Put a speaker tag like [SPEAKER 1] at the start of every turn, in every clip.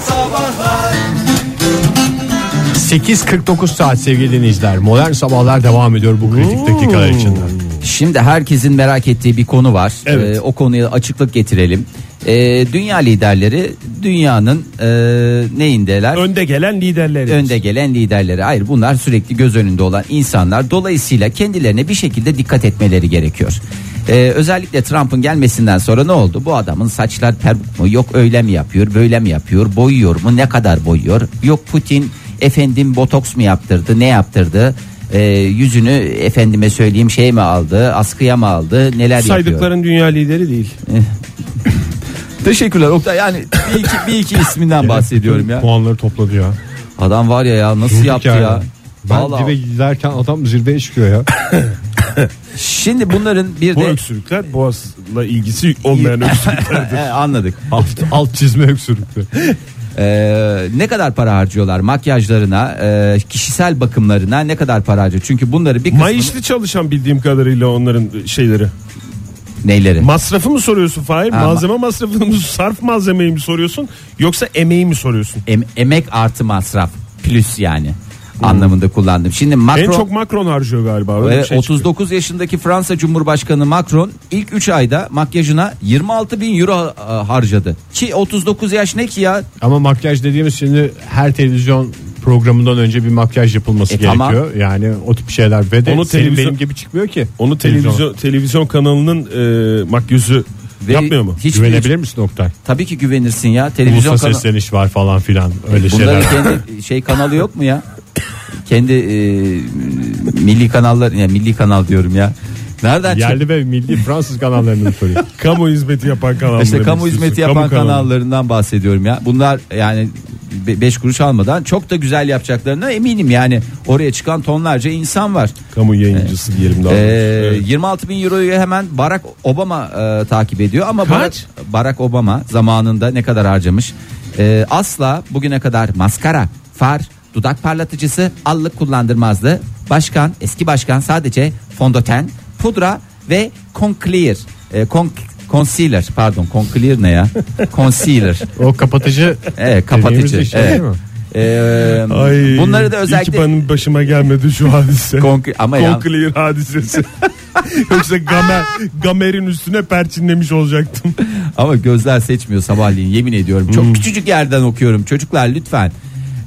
[SPEAKER 1] sabahlar
[SPEAKER 2] 8.49 saat sevgili dinleyiciler. Modern sabahlar devam ediyor bu kritik dakikalar içinde.
[SPEAKER 3] Şimdi herkesin merak ettiği bir konu var.
[SPEAKER 2] Evet.
[SPEAKER 3] Ee, o konuya açıklık getirelim. Ee, dünya liderleri dünyanın e, neyindeler?
[SPEAKER 4] Önde gelen liderleri.
[SPEAKER 3] Önde gelen liderleri. Hayır bunlar sürekli göz önünde olan insanlar. Dolayısıyla kendilerine bir şekilde dikkat etmeleri gerekiyor. Ee, özellikle Trump'ın gelmesinden sonra ne oldu? Bu adamın saçlar peruk mu? Yok öyle mi yapıyor? Böyle mi yapıyor? Boyuyor mu? Ne kadar boyuyor? Yok Putin efendim botoks mu yaptırdı? Ne yaptırdı? Ee, yüzünü efendime söyleyeyim şey mi aldı? Askıya mı aldı? Neler yapıyor? E,
[SPEAKER 4] Saydıkların dünya lideri değil.
[SPEAKER 3] Teşekkürler Oktay. Yani bir iki, bir iki isminden bahsediyorum ya.
[SPEAKER 2] Puanları topladı ya.
[SPEAKER 3] Adam var ya ya nasıl
[SPEAKER 2] Durduk
[SPEAKER 3] yaptı
[SPEAKER 2] yani.
[SPEAKER 3] ya?
[SPEAKER 2] Ben
[SPEAKER 3] Vallahi.
[SPEAKER 2] dibe giderken adam zirveye çıkıyor ya.
[SPEAKER 3] Şimdi bunların bir
[SPEAKER 4] Bu
[SPEAKER 3] de
[SPEAKER 4] öksürükler boğazla ilgisi olmayan öksürükler.
[SPEAKER 3] He, anladık.
[SPEAKER 2] alt, alt çizme öksürüktü.
[SPEAKER 3] Ee, ne kadar para harcıyorlar makyajlarına, e, kişisel bakımlarına ne kadar para harcıyor? Çünkü bunları bir kısmı
[SPEAKER 4] Mayışlı çalışan bildiğim kadarıyla onların şeyleri.
[SPEAKER 3] neyleri?
[SPEAKER 4] Masrafı mı soruyorsun Fahir?
[SPEAKER 3] Ha,
[SPEAKER 4] Malzeme masrafını mı, sarf malzemeyi mi soruyorsun? Yoksa emeği mi soruyorsun?
[SPEAKER 3] Em- emek artı masraf plus yani anlamında kullandım. Şimdi Macron
[SPEAKER 4] Hmm. En çok Macron harcıyor galiba. Öyle
[SPEAKER 3] Ve
[SPEAKER 4] bir şey
[SPEAKER 3] 39
[SPEAKER 4] çıkıyor.
[SPEAKER 3] yaşındaki Fransa Cumhurbaşkanı Macron ilk 3 ayda makyajına 26 bin euro e, harcadı. Ki 39 yaş ne ki ya?
[SPEAKER 2] Ama makyaj dediğimiz şimdi her televizyon programından önce bir makyaj yapılması
[SPEAKER 3] E, tamam.
[SPEAKER 2] gerekiyor. Yani o tip şeyler ve de
[SPEAKER 4] Onu
[SPEAKER 2] senin
[SPEAKER 4] televizyon-
[SPEAKER 2] benim gibi çıkmıyor ki.
[SPEAKER 4] Onu televizyon televizyon kanalının e, makyözü
[SPEAKER 3] Ve
[SPEAKER 4] yapmıyor mu?
[SPEAKER 3] Hiç
[SPEAKER 2] Güvenebilir misin Oktay?
[SPEAKER 3] Tabii ki güvenirsin ya. Televizyon
[SPEAKER 2] Ulusal
[SPEAKER 3] kanalı.
[SPEAKER 2] sesleniş var falan filan öyle
[SPEAKER 3] Bunların
[SPEAKER 2] şeyler. var.
[SPEAKER 3] kendi şey kanalı yok mu ya? Kendi e, milli kanallar ya milli kanal diyorum ya. Nereden çıktı?
[SPEAKER 2] Yerli ve milli Fransız kanallarını soruyor.
[SPEAKER 4] Kamu hizmeti yapan kanal.
[SPEAKER 3] İşte kamu hizmeti yapan kanallarından bahsediyorum ya. Bunlar yani 5 kuruş almadan çok da güzel yapacaklarına eminim yani. Oraya çıkan tonlarca insan var.
[SPEAKER 4] Kamu yayıncısı diyelim daha.
[SPEAKER 3] Ee,
[SPEAKER 4] doğrusu. Evet.
[SPEAKER 3] 26 bin euroyu hemen Barack Obama e, takip ediyor ama
[SPEAKER 4] Kaç?
[SPEAKER 3] Barack, Barack Obama zamanında ne kadar harcamış? Ee, asla bugüne kadar maskara, far, dudak parlatıcısı, allık kullandırmazdı. Başkan, eski başkan sadece fondöten, pudra ve concealer, e, con- concealer pardon concealer ne ya? Concealer.
[SPEAKER 2] O kapatıcı
[SPEAKER 3] Evet,
[SPEAKER 2] dediğimiz
[SPEAKER 3] kapatıcı.
[SPEAKER 2] de şey
[SPEAKER 3] evet.
[SPEAKER 2] değil mi?
[SPEAKER 3] Ee,
[SPEAKER 4] Ay,
[SPEAKER 3] bunları da
[SPEAKER 4] iyi
[SPEAKER 3] özellikle
[SPEAKER 4] ki benim başıma gelmedi şu hadise.
[SPEAKER 3] Konk- ama ya-
[SPEAKER 4] Conclear hadisesi. Yoksa gamer, gamerin üstüne perçinlemiş olacaktım.
[SPEAKER 3] Ama gözler seçmiyor sabahleyin yemin ediyorum. Çok küçücük yerden okuyorum çocuklar lütfen.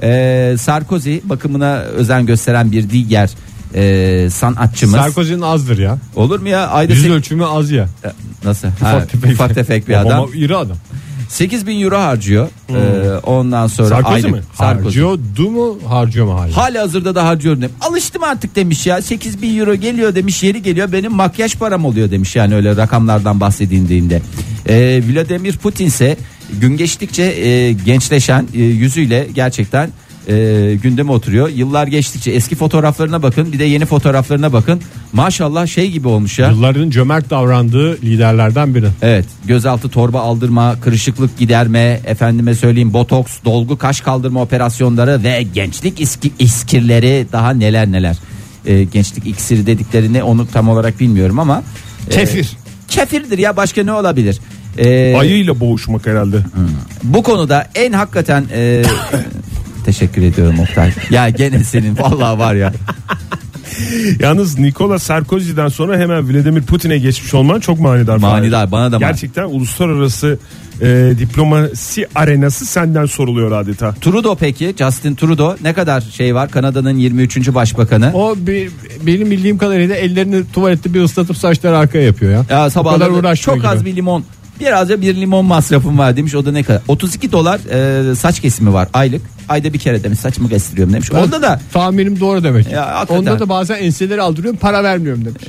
[SPEAKER 3] Ee, Sarkozy bakımına özen gösteren bir diğer e, sanatçımız.
[SPEAKER 2] Sarkozy'nin azdır ya.
[SPEAKER 3] Olur mu ya? Ayda
[SPEAKER 2] Yüz
[SPEAKER 3] sek-
[SPEAKER 2] ölçümü az ya.
[SPEAKER 3] Nasıl? Ha, Ufak tefek, bir adam.
[SPEAKER 2] Ama iri adam.
[SPEAKER 3] 8 bin euro harcıyor. Ee, ondan sonra
[SPEAKER 4] Sarkozy
[SPEAKER 3] aylık-
[SPEAKER 4] mi?
[SPEAKER 3] Sarkozy.
[SPEAKER 2] Harcıyordu mu harcıyor mu hala?
[SPEAKER 3] Hali hazırda da harcıyorum demiş. Alıştım artık demiş ya. 8 bin euro geliyor demiş. Yeri geliyor benim makyaj param oluyor demiş. Yani öyle rakamlardan bahsedildiğinde. Ee, Vladimir Putin ise gün geçtikçe e, gençleşen e, yüzüyle gerçekten e, gündeme oturuyor. Yıllar geçtikçe eski fotoğraflarına bakın bir de yeni fotoğraflarına bakın. Maşallah şey gibi olmuş ya.
[SPEAKER 2] Yılların cömert davrandığı liderlerden biri.
[SPEAKER 3] Evet gözaltı torba aldırma, kırışıklık giderme, efendime söyleyeyim botoks, dolgu kaş kaldırma operasyonları ve gençlik iski, iskirleri daha neler neler. Ee, gençlik iksiri dediklerini onu tam olarak bilmiyorum ama. e,
[SPEAKER 2] Kefir.
[SPEAKER 3] kefirdir ya başka ne olabilir? Ee,
[SPEAKER 4] Ayıyla boğuşmak herhalde.
[SPEAKER 3] bu konuda en hakikaten e, teşekkür ediyorum Oktay. Ya gene senin vallahi var ya.
[SPEAKER 4] Yalnız Nikola Sarkozy'den sonra hemen Vladimir Putin'e geçmiş olman çok manidar.
[SPEAKER 3] Manidar, bana da manidar.
[SPEAKER 4] Gerçekten uluslararası e, diplomasi arenası senden soruluyor adeta.
[SPEAKER 3] Trudeau peki Justin Trudeau ne kadar şey var Kanada'nın 23. başbakanı.
[SPEAKER 2] O bir, benim bildiğim kadarıyla ellerini tuvalette bir ıslatıp saçları arkaya yapıyor ya.
[SPEAKER 3] Ya
[SPEAKER 2] O kadar
[SPEAKER 3] Ee, sabahları
[SPEAKER 2] uğraşmıyor
[SPEAKER 3] çok az
[SPEAKER 2] gibi.
[SPEAKER 3] bir limon. Biraz da bir limon masrafım var demiş. O da ne kadar? 32 dolar e, saç kesimi var aylık. Ayda bir kere demiş saçımı kestiriyorum demiş. Onda da
[SPEAKER 2] Tahminim doğru demek.
[SPEAKER 3] Ya, hakikaten.
[SPEAKER 2] Onda da bazen enseleri aldırıyorum para vermiyorum demiş.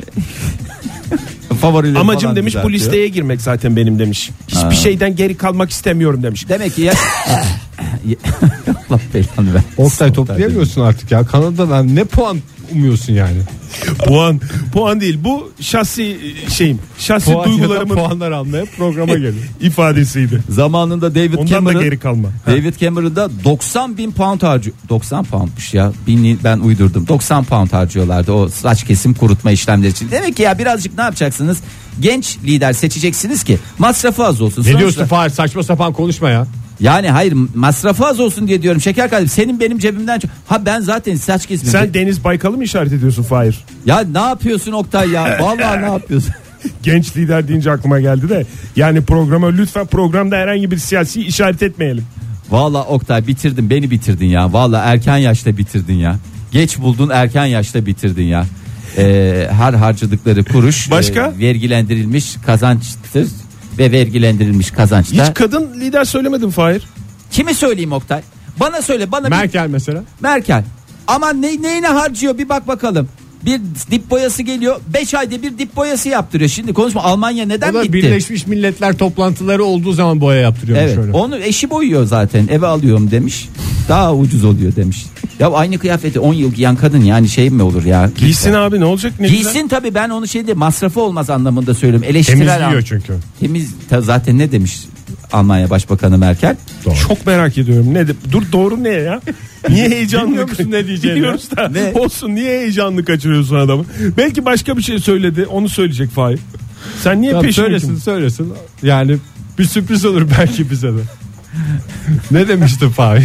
[SPEAKER 3] favorilerim
[SPEAKER 4] Amacım
[SPEAKER 3] falan
[SPEAKER 4] demiş bu
[SPEAKER 3] düzeltiyor.
[SPEAKER 4] listeye girmek zaten benim demiş. Hiçbir şeyden geri kalmak istemiyorum demiş.
[SPEAKER 3] Demek ki ya Allah belanı versin.
[SPEAKER 2] Oktay toplayamıyorsun artık ya. Kanada'dan ne puan umuyorsun yani?
[SPEAKER 4] Puan puan değil bu şahsi e, şeyim. Şahsi
[SPEAKER 2] Puan ya da
[SPEAKER 4] duygularımın
[SPEAKER 2] puanlar almaya programa gelin.
[SPEAKER 4] ifadesiydi.
[SPEAKER 3] Zamanında David
[SPEAKER 4] Ondan
[SPEAKER 3] Cameron
[SPEAKER 4] da geri kalma.
[SPEAKER 3] David Cameron da 90 bin pound harcıyor. 90 poundmuş ya. Binli, ben uydurdum. 90 pound harcıyorlardı o saç kesim kurutma işlemleri için. Demek ki ya birazcık ne yapacaksınız? Genç lider seçeceksiniz ki masrafı az olsun.
[SPEAKER 2] ne
[SPEAKER 3] Sonuçta-
[SPEAKER 2] diyorsun Fahir saçma sapan konuşma ya.
[SPEAKER 3] Yani hayır masrafı az olsun diye diyorum şeker kardeşim senin benim cebimden çok. Ha ben zaten saç kesmeyeyim.
[SPEAKER 4] Sen Deniz Baykal'ı mı işaret ediyorsun Fahir?
[SPEAKER 3] Ya ne yapıyorsun Oktay ya? Vallahi ne yapıyorsun?
[SPEAKER 4] Genç lider deyince aklıma geldi de. Yani programa lütfen programda herhangi bir siyasi işaret etmeyelim.
[SPEAKER 3] Vallahi Oktay bitirdin beni bitirdin ya. Vallahi erken yaşta bitirdin ya. Geç buldun erken yaşta bitirdin ya. Ee, her harcadıkları kuruş
[SPEAKER 4] Başka?
[SPEAKER 3] e, vergilendirilmiş kazançtır ve vergilendirilmiş
[SPEAKER 4] Hiç
[SPEAKER 3] kazançta.
[SPEAKER 4] kadın lider söylemedin Fahir.
[SPEAKER 3] Kimi söyleyeyim Oktay? Bana söyle bana bir-
[SPEAKER 2] Merkel mesela.
[SPEAKER 3] Merkel. Aman ne, neyine harcıyor bir bak bakalım. Bir dip boyası geliyor. 5 ayda bir dip boyası yaptırıyor. Şimdi konuşma Almanya neden
[SPEAKER 2] o da
[SPEAKER 3] bitti?
[SPEAKER 2] Birleşmiş Milletler toplantıları olduğu zaman boya
[SPEAKER 4] Hani
[SPEAKER 2] yaptırıyormuş
[SPEAKER 3] Evet.
[SPEAKER 2] öyle.
[SPEAKER 3] Onu eşi boyuyor zaten. Eve alıyorum demiş. Daha ucuz oluyor demiş. Ya aynı kıyafeti 10 yıl giyen kadın yani şey mi olur ya?
[SPEAKER 4] Giysin abi ne olacak? Ne güzel.
[SPEAKER 3] Giysin tabii ben onu şeyde masrafı olmaz anlamında söylüyorum. Eleştirel
[SPEAKER 4] Temizliyor
[SPEAKER 3] an-
[SPEAKER 4] çünkü.
[SPEAKER 3] Temiz ta- zaten ne demiş Almanya Başbakanı Merkel?
[SPEAKER 4] Çok merak ediyorum. Ne de- dur doğru ne ya? Niye heyecanlı
[SPEAKER 2] Bilmiyor musun ne diyeceğini?
[SPEAKER 4] Biliyoruz da.
[SPEAKER 3] Ne?
[SPEAKER 4] Olsun niye heyecanlı kaçırıyorsun adamı? Belki başka bir şey söyledi. Onu söyleyecek Fahir. Sen niye
[SPEAKER 2] Tamam,
[SPEAKER 4] peşine
[SPEAKER 2] söylesin söylesin. Yani bir sürpriz olur belki bize de. ne demişti Fahir?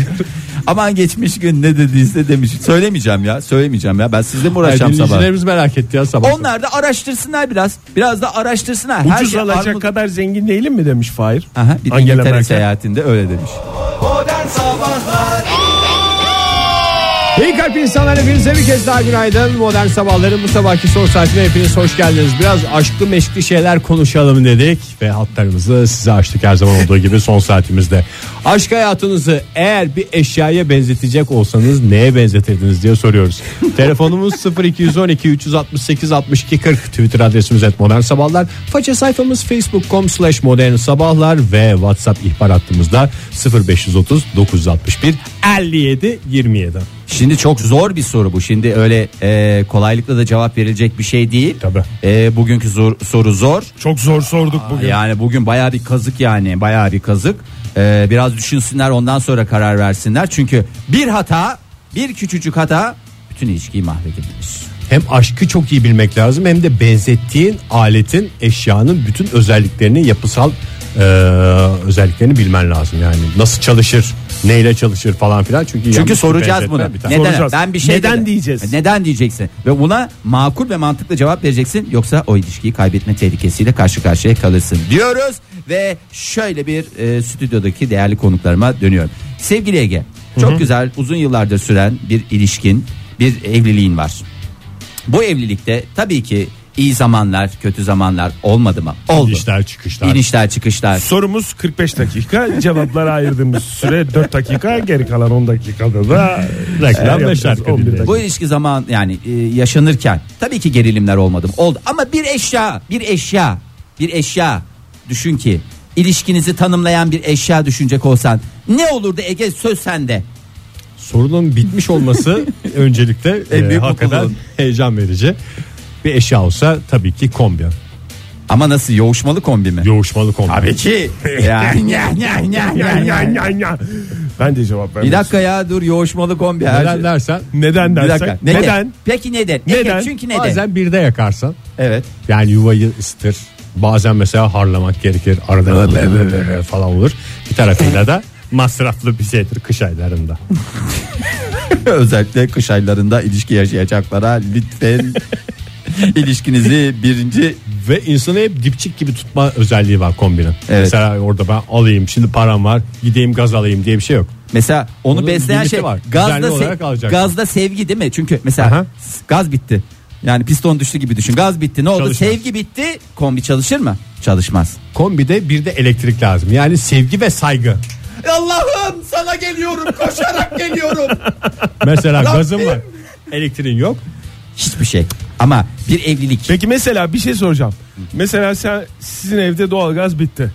[SPEAKER 3] Aman geçmiş gün ne dediyse demiş. Söylemeyeceğim ya. Söylemeyeceğim ya. Ben sizle mi
[SPEAKER 2] Ay,
[SPEAKER 3] uğraşacağım sabah?
[SPEAKER 2] Dinleyicilerimiz merak etti ya sabah. sabah.
[SPEAKER 3] Onlar da araştırsınlar biraz. Biraz da araştırsınlar.
[SPEAKER 4] Ucuz alacak
[SPEAKER 3] armut-
[SPEAKER 4] kadar zengin değilim mi demiş Fahir.
[SPEAKER 3] Aha, bir
[SPEAKER 4] Angela
[SPEAKER 3] İngiltere
[SPEAKER 4] Merkel.
[SPEAKER 3] seyahatinde öyle demiş.
[SPEAKER 2] İyi kalp insanlar hepinize bir kez daha günaydın. Modern Sabahların bu sabahki son saatine hepiniz hoş geldiniz. Biraz aşklı meşkli şeyler konuşalım dedik. Ve hatlarımızı size açtık her zaman olduğu gibi son saatimizde. Aşk hayatınızı eğer bir eşyaya benzetecek olsanız neye benzetirdiniz diye soruyoruz. Telefonumuz 0212 368 62 40 Twitter adresimiz et modern sabahlar. Faça sayfamız facebook.com slash modern sabahlar ve whatsapp ihbar hattımızda 0530 961 57 27.
[SPEAKER 3] Şimdi çok zor bir soru bu. Şimdi öyle e, kolaylıkla da cevap verilecek bir şey değil.
[SPEAKER 4] Tabii.
[SPEAKER 3] E, bugünkü zor- soru zor.
[SPEAKER 4] Çok zor sorduk bugün.
[SPEAKER 3] Yani bugün bayağı bir kazık yani bayağı bir kazık. E, biraz düşünsünler ondan sonra karar versinler. Çünkü bir hata bir küçücük hata bütün ilişkiyi mahvedebilir.
[SPEAKER 2] Hem aşkı çok iyi bilmek lazım hem de benzettiğin aletin eşyanın bütün özelliklerini yapısal e, özelliklerini bilmen lazım yani nasıl çalışır neyle çalışır falan filan çünkü
[SPEAKER 3] Çünkü
[SPEAKER 2] yanlış bir
[SPEAKER 3] soracağız
[SPEAKER 2] benzetme
[SPEAKER 3] bunu.
[SPEAKER 2] bir
[SPEAKER 3] Neden?
[SPEAKER 2] tane.
[SPEAKER 4] Soracağız.
[SPEAKER 3] Ben bir şey
[SPEAKER 4] Neden
[SPEAKER 3] dedim.
[SPEAKER 4] diyeceğiz?
[SPEAKER 3] Neden diyeceksin? Ve buna makul ve mantıklı cevap vereceksin. Yoksa o ilişkiyi kaybetme tehlikesiyle karşı karşıya kalırsın diyoruz. Ve şöyle bir e, stüdyodaki değerli konuklarıma dönüyorum. Sevgili Ege, çok güzel uzun yıllardır süren bir ilişkin, bir evliliğin var. Bu evlilikte tabii ki iyi zamanlar, kötü zamanlar olmadı mı? Oldu.
[SPEAKER 2] İnişler, çıkışlar.
[SPEAKER 3] İnişler, çıkışlar.
[SPEAKER 4] Sorumuz 45 dakika. Cevaplara ayırdığımız süre 4 dakika. Geri kalan 10 dakikada da reklam
[SPEAKER 2] beş
[SPEAKER 4] yapacağız.
[SPEAKER 2] dakika
[SPEAKER 4] 11
[SPEAKER 2] dinleyelim.
[SPEAKER 3] Bu ilişki zaman yani e, yaşanırken tabii ki gerilimler olmadı. mı? Oldu ama bir eşya, bir eşya, bir eşya düşün ki ilişkinizi tanımlayan bir eşya düşünecek olsan ne olurdu Ege söz sende.
[SPEAKER 2] sorunun bitmiş olması öncelikle
[SPEAKER 3] En
[SPEAKER 2] e,
[SPEAKER 3] büyük
[SPEAKER 2] hakikaten
[SPEAKER 3] mutluluğun.
[SPEAKER 2] heyecan verici bir eşya olsa tabii ki kombi
[SPEAKER 3] Ama nasıl yoğuşmalı kombi mi?
[SPEAKER 2] yoğuşmalı kombi
[SPEAKER 3] Tabii ki. Ya, ya, ya, ya,
[SPEAKER 4] Ya,
[SPEAKER 3] ya,
[SPEAKER 4] ya,
[SPEAKER 3] ya.
[SPEAKER 4] ya, ya. Ben de cevap
[SPEAKER 3] Bir
[SPEAKER 4] vermem.
[SPEAKER 3] dakika ya dur yoğuşmalı kombi. her
[SPEAKER 2] neden
[SPEAKER 3] şey-
[SPEAKER 2] dersen
[SPEAKER 4] Neden
[SPEAKER 3] Bir
[SPEAKER 4] dersen?
[SPEAKER 3] dakika. Neden? Peki neden? Ege,
[SPEAKER 4] Neden?
[SPEAKER 3] Çünkü neden?
[SPEAKER 2] bazen bir de yakarsan
[SPEAKER 3] Evet.
[SPEAKER 2] Yani yuvayı ısıtır. Bazen mesela harlamak gerekir. Arada böyle böyle böyle falan olur. Bir tarafıyla da masraflı bir şeydir kış aylarında.
[SPEAKER 3] Özellikle kış aylarında ilişki yaşayacaklara lütfen ilişkinizi birinci
[SPEAKER 2] Ve insanı hep dipçik gibi tutma özelliği var kombinin.
[SPEAKER 3] Evet.
[SPEAKER 2] Mesela orada ben alayım şimdi param var gideyim gaz alayım diye bir şey yok.
[SPEAKER 3] Mesela onu
[SPEAKER 2] Onun
[SPEAKER 3] besleyen
[SPEAKER 2] limiti
[SPEAKER 3] şey
[SPEAKER 2] var.
[SPEAKER 3] Gazda,
[SPEAKER 2] Düzenli
[SPEAKER 3] se-
[SPEAKER 2] olarak alacaksın.
[SPEAKER 3] gazda sevgi değil mi? Çünkü mesela
[SPEAKER 2] Aha.
[SPEAKER 3] s- gaz bitti. Yani piston düştü gibi düşün. Gaz bitti. Ne oldu?
[SPEAKER 2] Çalışmaz.
[SPEAKER 3] Sevgi bitti. Kombi çalışır mı? Çalışmaz.
[SPEAKER 2] Kombide bir de elektrik lazım. Yani sevgi ve saygı.
[SPEAKER 3] E Allah'ım sana geliyorum. Koşarak geliyorum.
[SPEAKER 2] Mesela gazın var. Elektriğin yok.
[SPEAKER 3] Hiçbir şey. Ama bir evlilik.
[SPEAKER 4] Peki mesela bir şey soracağım. Mesela sen sizin evde doğalgaz bitti.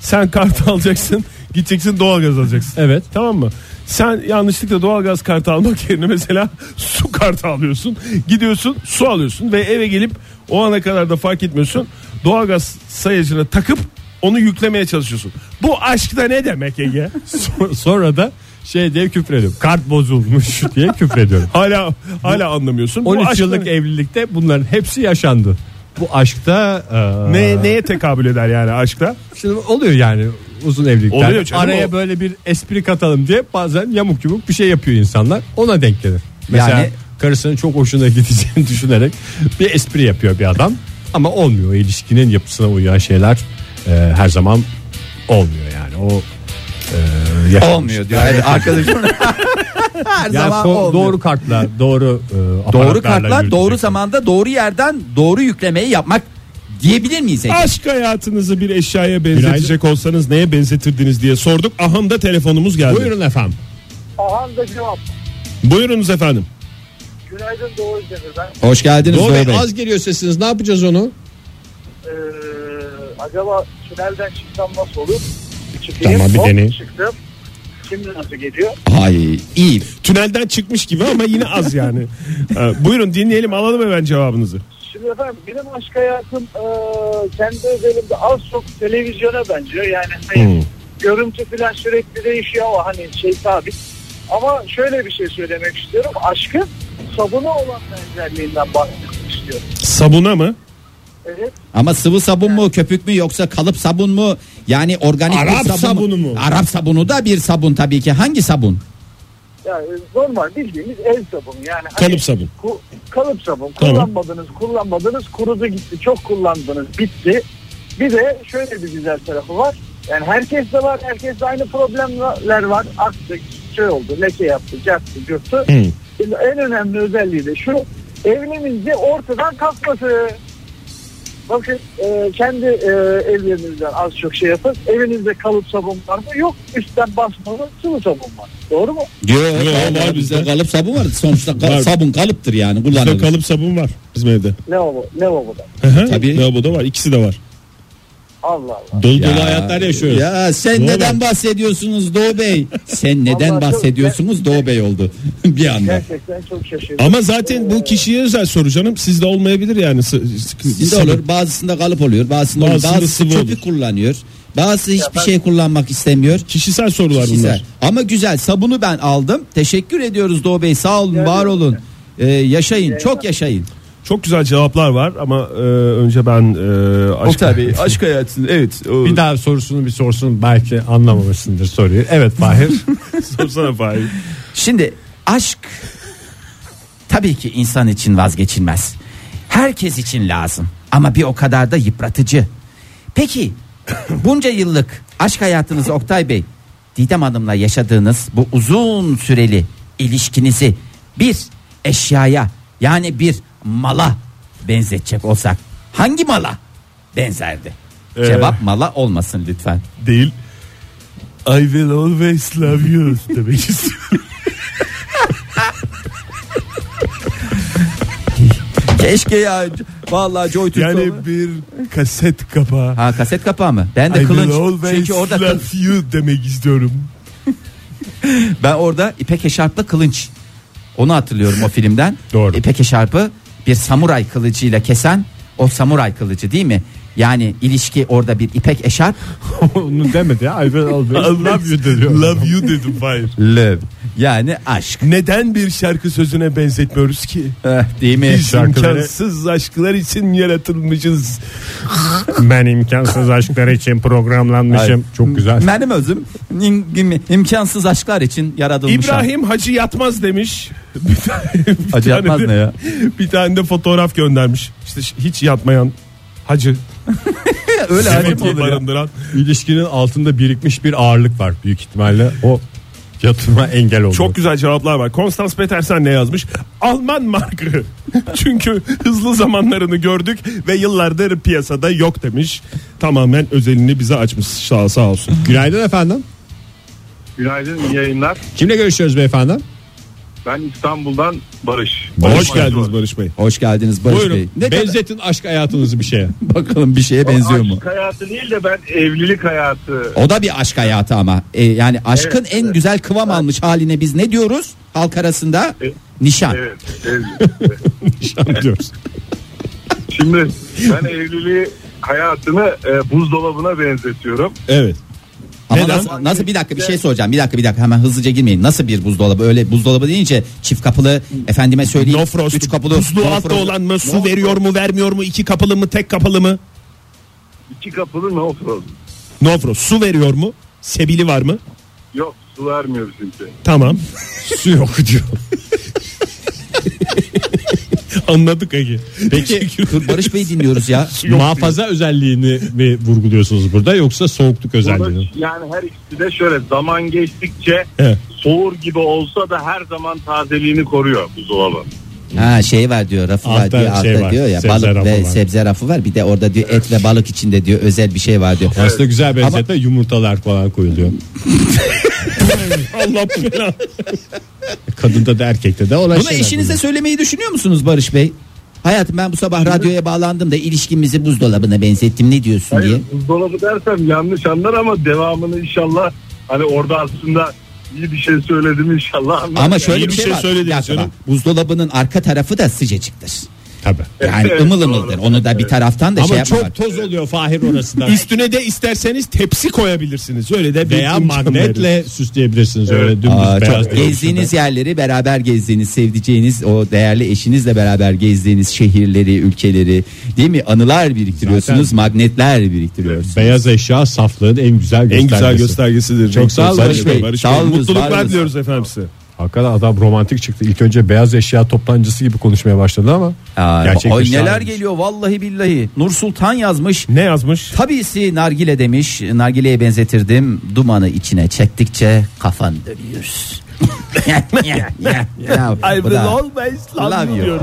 [SPEAKER 4] Sen kart alacaksın, gideceksin doğalgaz alacaksın.
[SPEAKER 2] Evet.
[SPEAKER 4] Tamam mı? Sen yanlışlıkla doğalgaz kartı almak yerine mesela su kartı alıyorsun. Gidiyorsun, su alıyorsun ve eve gelip o ana kadar da fark etmiyorsun. Doğalgaz sayacına takıp onu yüklemeye çalışıyorsun. Bu aşkta ne demek Ege?
[SPEAKER 2] So- Sonra da şey diye küfrediyorum. Kart bozulmuş diye küfrediyorum.
[SPEAKER 4] Hala hala anlamıyorsun. Bu
[SPEAKER 2] 13
[SPEAKER 4] aşkta
[SPEAKER 2] yıllık
[SPEAKER 4] ne-
[SPEAKER 2] evlilikte bunların hepsi yaşandı. Bu aşkta eee,
[SPEAKER 4] ne, neye tekabül eder yani aşkta?
[SPEAKER 2] Şimdi oluyor yani uzun evlilikler.
[SPEAKER 4] Oluyor canım,
[SPEAKER 2] Araya
[SPEAKER 4] o-
[SPEAKER 2] böyle bir espri katalım diye bazen yamuk yumuk bir şey yapıyor insanlar. Ona denk gelir. Mesela
[SPEAKER 3] Yani-
[SPEAKER 2] karısının çok hoşuna gideceğini düşünerek bir espri yapıyor bir adam. Ama olmuyor. O ilişkinin yapısına uyan şeyler e, her zaman olmuyor yani. O e, yaşanmış.
[SPEAKER 3] Olmuyor diyor. Evet, arkadaşım. Her
[SPEAKER 2] Yani
[SPEAKER 3] zaman
[SPEAKER 2] ko-
[SPEAKER 3] olmuyor.
[SPEAKER 2] doğru kartla, doğru e,
[SPEAKER 3] Doğru
[SPEAKER 2] aparatlarla
[SPEAKER 3] kartlar doğru
[SPEAKER 2] yürütecek.
[SPEAKER 3] zamanda doğru yerden doğru yüklemeyi yapmak diyebilir miyiz Ege?
[SPEAKER 4] Aşk hayatınızı bir eşyaya benzetecek olsanız neye benzetirdiniz diye sorduk. Aham da telefonumuz geldi.
[SPEAKER 2] Buyurun efendim.
[SPEAKER 1] Ahan da cevap.
[SPEAKER 4] Buyurunuz efendim.
[SPEAKER 1] Günaydın Doğu İzdemir ben.
[SPEAKER 3] Hoş geldiniz
[SPEAKER 2] Doğru Bey, az geliyor sesiniz. Ne yapacağız onu?
[SPEAKER 1] Ee, acaba tünelden çıksam nasıl olur? Çıkayım.
[SPEAKER 4] Tamam, bir
[SPEAKER 1] Hop,
[SPEAKER 4] deneyin.
[SPEAKER 1] Çıktım. Şimdi nasıl geliyor?
[SPEAKER 3] Ay iyi.
[SPEAKER 4] Tünelden çıkmış gibi ama yine az yani. Ee, Buyurun dinleyelim alalım hemen cevabınızı.
[SPEAKER 1] Şimdi efendim benim aşk hayatım e, kendi özelimde az çok televizyona benziyor. Yani hani
[SPEAKER 4] Hmm.
[SPEAKER 1] görüntü falan sürekli değişiyor ama hani şey sabit. Ama şöyle bir şey söylemek istiyorum. Aşkın sabuna olan benzerliğinden bahsetmek istiyorum.
[SPEAKER 4] Sabuna mı?
[SPEAKER 1] Evet.
[SPEAKER 3] Ama sıvı sabun mu köpük mü yoksa kalıp sabun mu? Yani organik bir
[SPEAKER 4] Arap
[SPEAKER 3] sabun
[SPEAKER 4] sabunu mu?
[SPEAKER 3] Arap sabunu da bir sabun tabii ki. Hangi sabun?
[SPEAKER 1] Yani normal bildiğimiz el sabunu. Yani hani
[SPEAKER 4] Kalıp sabun.
[SPEAKER 1] ku- kalıp sabun.
[SPEAKER 4] Tamam.
[SPEAKER 1] Kullanmadınız, kullanmadınız, kurudu gitti. Çok kullandınız, bitti. Bir de şöyle bir güzel tarafı var. Yani herkes de var, herkes de aynı problemler var. Aktı, şey oldu, leke yaptı, caktı, yurttu.
[SPEAKER 4] Hı.
[SPEAKER 1] Şimdi en önemli özelliği de şu, evliliğimizi ortadan kalkması. Bakın e, kendi e, evlerinizden az çok şey yapın. Evinizde kalıp sabun var mı? Yok. Üstten basmalı sıvı sabun var. Doğru mu?
[SPEAKER 3] Yok,
[SPEAKER 4] Yok, var bizde.
[SPEAKER 3] kalıp sabun var. Sonuçta ka-
[SPEAKER 4] Var.
[SPEAKER 3] sabun kalıptır yani
[SPEAKER 4] Bizde
[SPEAKER 3] kullanılır.
[SPEAKER 4] kalıp sabun var bizim evde.
[SPEAKER 1] Lavabo, lavaboda.
[SPEAKER 3] Tabii.
[SPEAKER 4] Tabii. Lavaboda var ikisi de var.
[SPEAKER 1] Allah Allah.
[SPEAKER 4] Dolu dolu hayatlar yaşıyoruz.
[SPEAKER 3] Ya sen
[SPEAKER 4] Doğru.
[SPEAKER 3] neden bahsediyorsunuz Doğu Bey? Sen neden
[SPEAKER 1] Vallahi çok-
[SPEAKER 3] bahsediyorsunuz Doğu Bey oldu bir anda.
[SPEAKER 1] Gerçekten çok şaşırdım.
[SPEAKER 4] Ama zaten bu kişiye özel soru canım. Sizde olmayabilir yani. S- s-
[SPEAKER 3] Sizde
[SPEAKER 4] sabun.
[SPEAKER 3] olur bazısında kalıp oluyor bazısında, olur.
[SPEAKER 4] Bazısında
[SPEAKER 3] bazısı
[SPEAKER 4] sıvı
[SPEAKER 3] köpük
[SPEAKER 4] olur.
[SPEAKER 3] kullanıyor. Bazısı hiçbir
[SPEAKER 1] ben-
[SPEAKER 3] şey kullanmak istemiyor.
[SPEAKER 4] Kişisel sorular
[SPEAKER 3] Güzel.
[SPEAKER 4] bunlar.
[SPEAKER 3] Ama güzel sabunu ben aldım. Teşekkür ediyoruz Doğu Bey. Sağ olun,
[SPEAKER 1] Rica
[SPEAKER 3] var
[SPEAKER 1] ederim.
[SPEAKER 3] olun. Ee, yaşayın, çok yaşayın.
[SPEAKER 4] Çok güzel cevaplar var ama e, önce ben e, aşk...
[SPEAKER 5] Oktay Bey aşk hayatını evet. O,
[SPEAKER 2] Bir daha sorusunu bir sorsun belki anlamamışsındır soruyu. Evet Fahir.
[SPEAKER 4] Sorsana Fahir.
[SPEAKER 3] Şimdi aşk tabii ki insan için vazgeçilmez. Herkes için lazım ama bir o kadar da yıpratıcı. Peki bunca yıllık aşk hayatınız Oktay Bey, Didem Hanım'la yaşadığınız bu uzun süreli ilişkinizi bir eşyaya yani bir mala benzetecek olsak hangi mala benzerdi?
[SPEAKER 4] Ee,
[SPEAKER 3] Cevap mala olmasın lütfen.
[SPEAKER 4] Değil. I will always love you demek istiyorum.
[SPEAKER 3] Keşke ya vallahi Joy Türk'te olur.
[SPEAKER 4] Yani bir kaset kapağı.
[SPEAKER 3] Ha kaset kapağı mı? Ben
[SPEAKER 4] I
[SPEAKER 3] de
[SPEAKER 4] will
[SPEAKER 3] kılınç.
[SPEAKER 4] always
[SPEAKER 3] Çünkü orada
[SPEAKER 4] love you demek istiyorum.
[SPEAKER 3] ben orada İpek Eşarp'la kılınç. Onu hatırlıyorum o filmden.
[SPEAKER 2] Doğru.
[SPEAKER 3] İpek Eşarp'ı bir samuray kılıcıyla kesen o samuray kılıcı değil mi? Yani ilişki orada bir İpek Eşarp
[SPEAKER 2] Onu demedi ya. I will always love you dedi.
[SPEAKER 4] Love you dedim Fahir.
[SPEAKER 3] Love. yani aşk.
[SPEAKER 4] Neden bir şarkı sözüne benzetmiyoruz ki?
[SPEAKER 3] Eh, değil mi?
[SPEAKER 4] Biz
[SPEAKER 2] şarkıları-
[SPEAKER 4] imkansız aşklar için yaratılmışız.
[SPEAKER 2] Ben imkansız aşklar için programlanmışım. Çok güzel.
[SPEAKER 3] Benim özüm im- im- imkansız aşklar için yaratılmış.
[SPEAKER 4] İbrahim Hacı Yatmaz demiş. Bir tane, bir
[SPEAKER 3] Hacı
[SPEAKER 4] tane
[SPEAKER 3] Yatmaz
[SPEAKER 4] de-
[SPEAKER 3] ne ya?
[SPEAKER 4] Bir tane de fotoğraf göndermiş. İşte ş- hiç yatmayan hacı.
[SPEAKER 3] Öyle
[SPEAKER 4] Sıfatı
[SPEAKER 3] acı olur ya.
[SPEAKER 4] barındıran.
[SPEAKER 2] İlişkinin altında birikmiş bir ağırlık var büyük ihtimalle. O yatırma engel oldu.
[SPEAKER 4] Çok güzel cevaplar var. Konstans Petersen ne yazmış? Alman markı. Çünkü hızlı zamanlarını gördük ve yıllardır piyasada yok demiş. Tamamen özelini bize açmış sağ, sağ olsun.
[SPEAKER 2] Günaydın efendim.
[SPEAKER 6] Günaydın, iyi yayınlar.
[SPEAKER 2] Kimle görüşüyoruz beyefendi?
[SPEAKER 6] Ben İstanbul'dan Barış.
[SPEAKER 4] Hoş geldiniz Barış Bey.
[SPEAKER 3] Hoş geldiniz Barış Bey.
[SPEAKER 2] Buyurun.
[SPEAKER 3] Ne kadar-
[SPEAKER 2] Benzetin aşk hayatınızı bir şeye.
[SPEAKER 3] bakalım bir şeye benziyor mu?
[SPEAKER 6] Aşk hayatı değil de ben evlilik hayatı.
[SPEAKER 3] O da bir aşk hayatı ama. E, yani aşkın
[SPEAKER 6] Evet,
[SPEAKER 3] en güzel kıvam almış haline biz ne diyoruz? Halk arasında nişan.
[SPEAKER 6] Evet, evlilik.
[SPEAKER 4] Diyoruz.
[SPEAKER 6] Şimdi ben evliliği hayatını e, buzdolabına benzetiyorum.
[SPEAKER 4] Evet.
[SPEAKER 3] Ama
[SPEAKER 4] Neden?
[SPEAKER 3] nasıl, nasıl bir dakika bir şey soracağım. Bir dakika bir dakika hemen hızlıca girmeyin. Nasıl bir buzdolabı? Öyle buzdolabı deyince çift kapılı efendime söyleyeyim.
[SPEAKER 4] No frost.
[SPEAKER 3] Üç kapılı.
[SPEAKER 4] Buzlu
[SPEAKER 3] no
[SPEAKER 4] altta
[SPEAKER 3] frost.
[SPEAKER 4] olan mı? Su veriyor mu vermiyor mu? iki kapılı mı? Tek kapılı mı?
[SPEAKER 6] İki kapılı ne olsun?
[SPEAKER 4] Novro su veriyor mu? Sebili var mı?
[SPEAKER 6] Yok su vermiyor bizimki.
[SPEAKER 4] Tamam. su yok diyor. Anladık Ege.
[SPEAKER 2] Peki
[SPEAKER 3] Dur Barış Bey dinliyoruz ya.
[SPEAKER 2] muhafaza özelliğini mi vurguluyorsunuz burada yoksa soğukluk özelliğini?
[SPEAKER 6] Yani her ikisi de şöyle zaman geçtikçe
[SPEAKER 4] Evet.
[SPEAKER 6] soğur gibi olsa da her zaman tazeliğini koruyor buzdolabı.
[SPEAKER 3] Ha şey var diyor rafı var
[SPEAKER 2] Altta
[SPEAKER 3] diyor altta
[SPEAKER 2] şey var,
[SPEAKER 3] diyor ya
[SPEAKER 2] sebze
[SPEAKER 3] balık
[SPEAKER 2] rafı
[SPEAKER 3] ve
[SPEAKER 2] var.
[SPEAKER 3] sebze rafı var bir de orada diyor et ve balık içinde diyor özel bir şey var diyor.
[SPEAKER 2] Aslında güzel benzetme yumurtalar falan koyuluyor.
[SPEAKER 4] Allah belanı.
[SPEAKER 2] Kadında da erkekte de olan
[SPEAKER 3] Bunu
[SPEAKER 2] şeyler
[SPEAKER 3] eşinize söylemeyi düşünüyor musunuz Barış Bey? Hayatım ben bu sabah radyoya bağlandım da ilişkimizi buzdolabına benzettim ne diyorsun diye.
[SPEAKER 6] Hayır buzdolabı dersem yanlış anlar ama devamını inşallah hani orada aslında iyi bir şey söyledim inşallah. anlar.
[SPEAKER 3] Ama
[SPEAKER 6] Yani
[SPEAKER 3] şöyle
[SPEAKER 4] iyi
[SPEAKER 3] bir
[SPEAKER 4] bir
[SPEAKER 3] şey,
[SPEAKER 4] şey
[SPEAKER 3] var.
[SPEAKER 4] söylediniz
[SPEAKER 3] Bir dakika bak,
[SPEAKER 4] canım.
[SPEAKER 3] buzdolabının arka tarafı da sıcacıktır.
[SPEAKER 2] Tabii.
[SPEAKER 3] Yani
[SPEAKER 6] Evet,
[SPEAKER 3] ımıl
[SPEAKER 6] doğru.
[SPEAKER 3] ımıldır. Onu da bir taraftan da
[SPEAKER 2] Ama
[SPEAKER 3] şey yapma.
[SPEAKER 2] çok
[SPEAKER 3] bak.
[SPEAKER 2] toz oluyor Fahir orası da.
[SPEAKER 4] Üstüne de isterseniz tepsi koyabilirsiniz. Öyle de bir
[SPEAKER 2] Veya
[SPEAKER 4] imkan verin.
[SPEAKER 2] magnetle süsleyebilirsiniz öyle dümdüz
[SPEAKER 3] Aa,
[SPEAKER 2] beyaz.
[SPEAKER 3] çok gezdiğiniz yerleri beraber gezdiğiniz, sevdiceğiniz o değerli eşinizle beraber gezdiğiniz şehirleri, ülkeleri değil mi? Anılar biriktiriyorsunuz, magnetler biriktiriyorsunuz.
[SPEAKER 2] Beyaz eşya saflığın en güzel
[SPEAKER 4] En
[SPEAKER 2] göstergesi.
[SPEAKER 4] güzel göstergesidir.
[SPEAKER 2] Çok sağ olun
[SPEAKER 4] Barış
[SPEAKER 2] Barış
[SPEAKER 4] Bey.
[SPEAKER 2] Bey.
[SPEAKER 4] Barış
[SPEAKER 3] Sağ
[SPEAKER 4] Bey.
[SPEAKER 3] olun, var
[SPEAKER 4] Mutluluklar
[SPEAKER 3] olun.
[SPEAKER 4] diliyoruz efendim size.
[SPEAKER 2] Hakikaten adam romantik çıktı. İlk önce beyaz eşya toptancısı gibi konuşmaya başladı ama.
[SPEAKER 3] Aa,
[SPEAKER 2] gerçek
[SPEAKER 3] ay
[SPEAKER 2] eşya
[SPEAKER 3] neler
[SPEAKER 2] olmuş.
[SPEAKER 3] geliyor vallahi billahi. Nur Sultan yazmış.
[SPEAKER 4] Ne yazmış?
[SPEAKER 3] Tabisi nargile demiş. Nargileye benzetirdim. Dumanı içine çektikçe kafan dönüyor. Ya, ya, ya. Ya, bu da- Love you.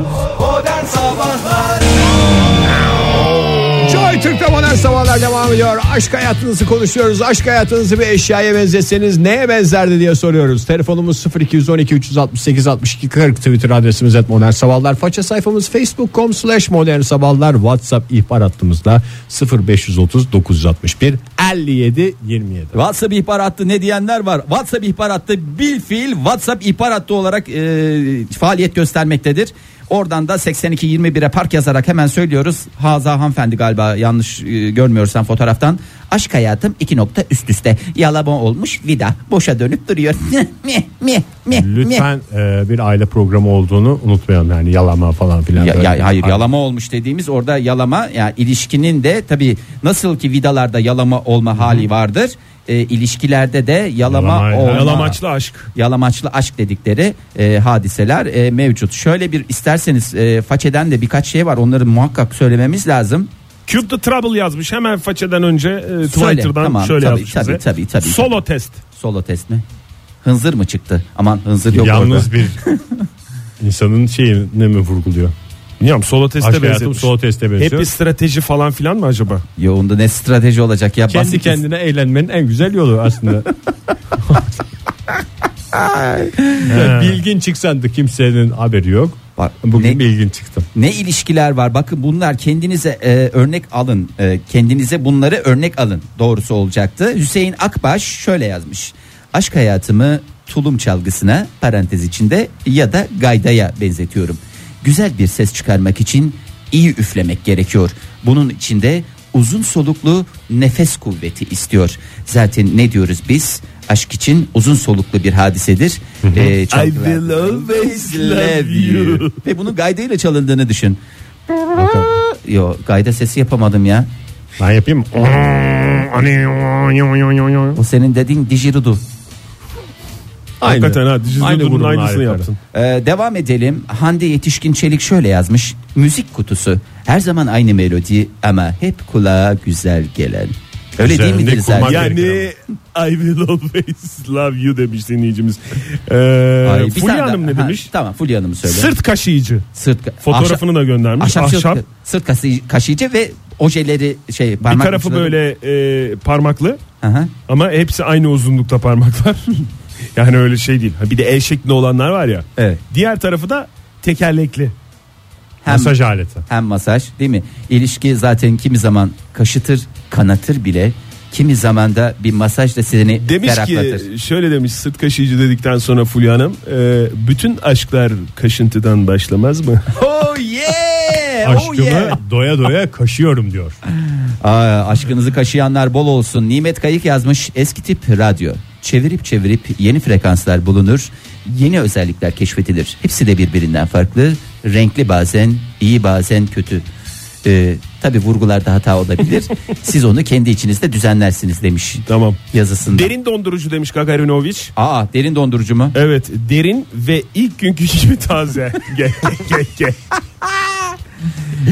[SPEAKER 2] Joy Türk'te modern sabahlar devam ediyor. Aşk hayatınızı konuşuyoruz. Aşk hayatınızı bir eşyaya benzetseniz neye benzerdi diye soruyoruz. Telefonumuz 0212 368 62 40 Twitter adresimiz et modern sabahlar. Faça sayfamız facebook.com slash modern sabahlar. Whatsapp ihbar hattımızda 0530 961 57 27.
[SPEAKER 3] WhatsApp ihbar hattı ne diyenler var. WhatsApp ihbar hattı bilfiil WhatsApp ihbar hattı olarak e, faaliyet göstermektedir. Oradan da 8221'e park yazarak hemen söylüyoruz. Haza hanımefendi galiba yanlış e, görmüyorsam fotoğraftan. Aşk hayatım iki nokta üst üste. Yalama olmuş vida. Boşa dönüp duruyor. mi, mi, mi, mi.
[SPEAKER 2] Lütfen e, bir aile programı olduğunu unutmayalım yani yalama falan filan.
[SPEAKER 3] Ya,
[SPEAKER 2] böyle.
[SPEAKER 3] ya- hayır yalama olmuş dediğimiz orada yalama yani ilişkinin de tabi nasıl ki vidalarda yalama olma hali vardır. E, ilişkilerde de yalama,
[SPEAKER 2] Yalama-
[SPEAKER 3] olma.
[SPEAKER 4] Yalamaçlı aşk.
[SPEAKER 3] yalamaçlı aşk dedikleri e, hadiseler e, mevcut. Şöyle bir isterseniz e, façeden de birkaç şey var onları muhakkak söylememiz lazım.
[SPEAKER 4] Cube the Trouble yazmış hemen façeden önce e, Twitter'dan
[SPEAKER 3] tamam,
[SPEAKER 4] şöyle
[SPEAKER 3] tabii,
[SPEAKER 4] yazmış
[SPEAKER 3] tabii,
[SPEAKER 4] bize.
[SPEAKER 3] tabii, tabii.
[SPEAKER 4] Solo test.
[SPEAKER 3] Solo test mi? Hınzır mı çıktı? Aman hınzır yok
[SPEAKER 2] Yalnız
[SPEAKER 3] orada.
[SPEAKER 2] bir insanın şeyini mi vurguluyor?
[SPEAKER 4] Bilmiyorum solo teste
[SPEAKER 2] Aşk hayatım
[SPEAKER 4] benzetmiş.
[SPEAKER 2] sol teste benziyor.
[SPEAKER 4] Hep bir strateji falan filan mı acaba?
[SPEAKER 3] Yoğunda ne strateji olacak ya?
[SPEAKER 2] Kendi
[SPEAKER 3] Basit-
[SPEAKER 2] kendine eğlenmenin en güzel yolu aslında. Ya bilgin çıksan da kimsenin haberi yok.
[SPEAKER 3] Bak,
[SPEAKER 2] Bugün
[SPEAKER 3] ne-
[SPEAKER 2] bilgin çıktım.
[SPEAKER 3] Ne ilişkiler var? Bakın bunlar kendinize e, örnek alın. E, kendinize bunları örnek alın. Doğrusu olacaktı. Hüseyin Akbaş şöyle yazmış. Aşk hayatımı tulum çalgısına parantez içinde ya da gaydaya benzetiyorum. Güzel bir ses çıkarmak için iyi üflemek gerekiyor. Bunun içinde uzun soluklu nefes kuvveti istiyor. Zaten ne diyoruz biz? Aşk için uzun soluklu bir hadisedir. E, çalgılar-
[SPEAKER 4] always
[SPEAKER 3] ve bunun gaydayla çalındığını düşün. Yo gayda sesi yapamadım ya.
[SPEAKER 2] Ben yapayım mı?
[SPEAKER 3] O senin dediğin dijirudu.
[SPEAKER 2] Aynı.
[SPEAKER 4] Hakikaten ha
[SPEAKER 2] Aynı
[SPEAKER 4] Dijitürk'ün
[SPEAKER 2] grubun
[SPEAKER 4] aynısını
[SPEAKER 2] harikaları.
[SPEAKER 4] yaptın.
[SPEAKER 3] Ee, devam edelim. Hande Yetişkin Çelik şöyle yazmış. Müzik kutusu. Her zaman aynı melodi ama hep kulağa güzel gelen. Öyle
[SPEAKER 2] Güzel,
[SPEAKER 3] değil
[SPEAKER 2] ne
[SPEAKER 3] midir zaten?
[SPEAKER 2] kurmak-
[SPEAKER 4] Yani
[SPEAKER 2] Gerek
[SPEAKER 4] I will always love you demiş dinleyicimiz. Ee,
[SPEAKER 3] Ay, bir tane
[SPEAKER 4] Fulya Hanım
[SPEAKER 3] daha-
[SPEAKER 4] ne
[SPEAKER 3] Ha,
[SPEAKER 4] demiş?
[SPEAKER 3] tamam Fulya Hanım söyle.
[SPEAKER 4] Sırt kaşıyıcı.
[SPEAKER 3] Sırt ka-
[SPEAKER 4] Fotoğrafını da göndermiş.
[SPEAKER 3] ahşap,
[SPEAKER 4] Ahşap.
[SPEAKER 3] ahşap, sırt- sırt kası- kaşıyıcı ve ojeleri şey parmak
[SPEAKER 4] bir tarafı
[SPEAKER 3] uçları-
[SPEAKER 4] böyle e, parmaklı
[SPEAKER 3] Aha.
[SPEAKER 4] ama hepsi aynı uzunlukta parmaklar. yani öyle şey değil. Ha, Bir de el şeklinde olanlar var ya.
[SPEAKER 3] Evet.
[SPEAKER 4] Diğer tarafı da tekerlekli.
[SPEAKER 3] Hem-
[SPEAKER 2] Masaj aleti.
[SPEAKER 3] hem masaj değil mi? İlişki zaten kimi zaman kaşıtır, kanatır bile. Kimi zaman da bir masaj da seni
[SPEAKER 4] Demiş
[SPEAKER 3] ferahlatır.
[SPEAKER 4] ki şöyle demiş sırt kaşıyıcı dedikten sonra Fulya Hanım e, bütün aşklar kaşıntıdan başlamaz mı?
[SPEAKER 3] oh yeah! Oh
[SPEAKER 2] Aşkımı
[SPEAKER 3] yeah!
[SPEAKER 2] doya doya kaşıyorum diyor.
[SPEAKER 3] Aa, aşkınızı kaşıyanlar bol olsun. Nimet Kayık yazmış eski tip radyo. Çevirip çevirip yeni frekanslar bulunur. Yeni özellikler keşfedilir. Hepsi de birbirinden farklı. Renkli bazen, iyi bazen kötü. Ee, Tabi vurgularda hata olabilir. Siz onu kendi içinizde düzenlersiniz demiş
[SPEAKER 4] Tamam.
[SPEAKER 3] yazısında.
[SPEAKER 4] Derin dondurucu demiş Gagarinovic.
[SPEAKER 3] Aa derin dondurucu mu?
[SPEAKER 4] Evet derin ve ilk günkü gibi taze. Ge- ge- ge.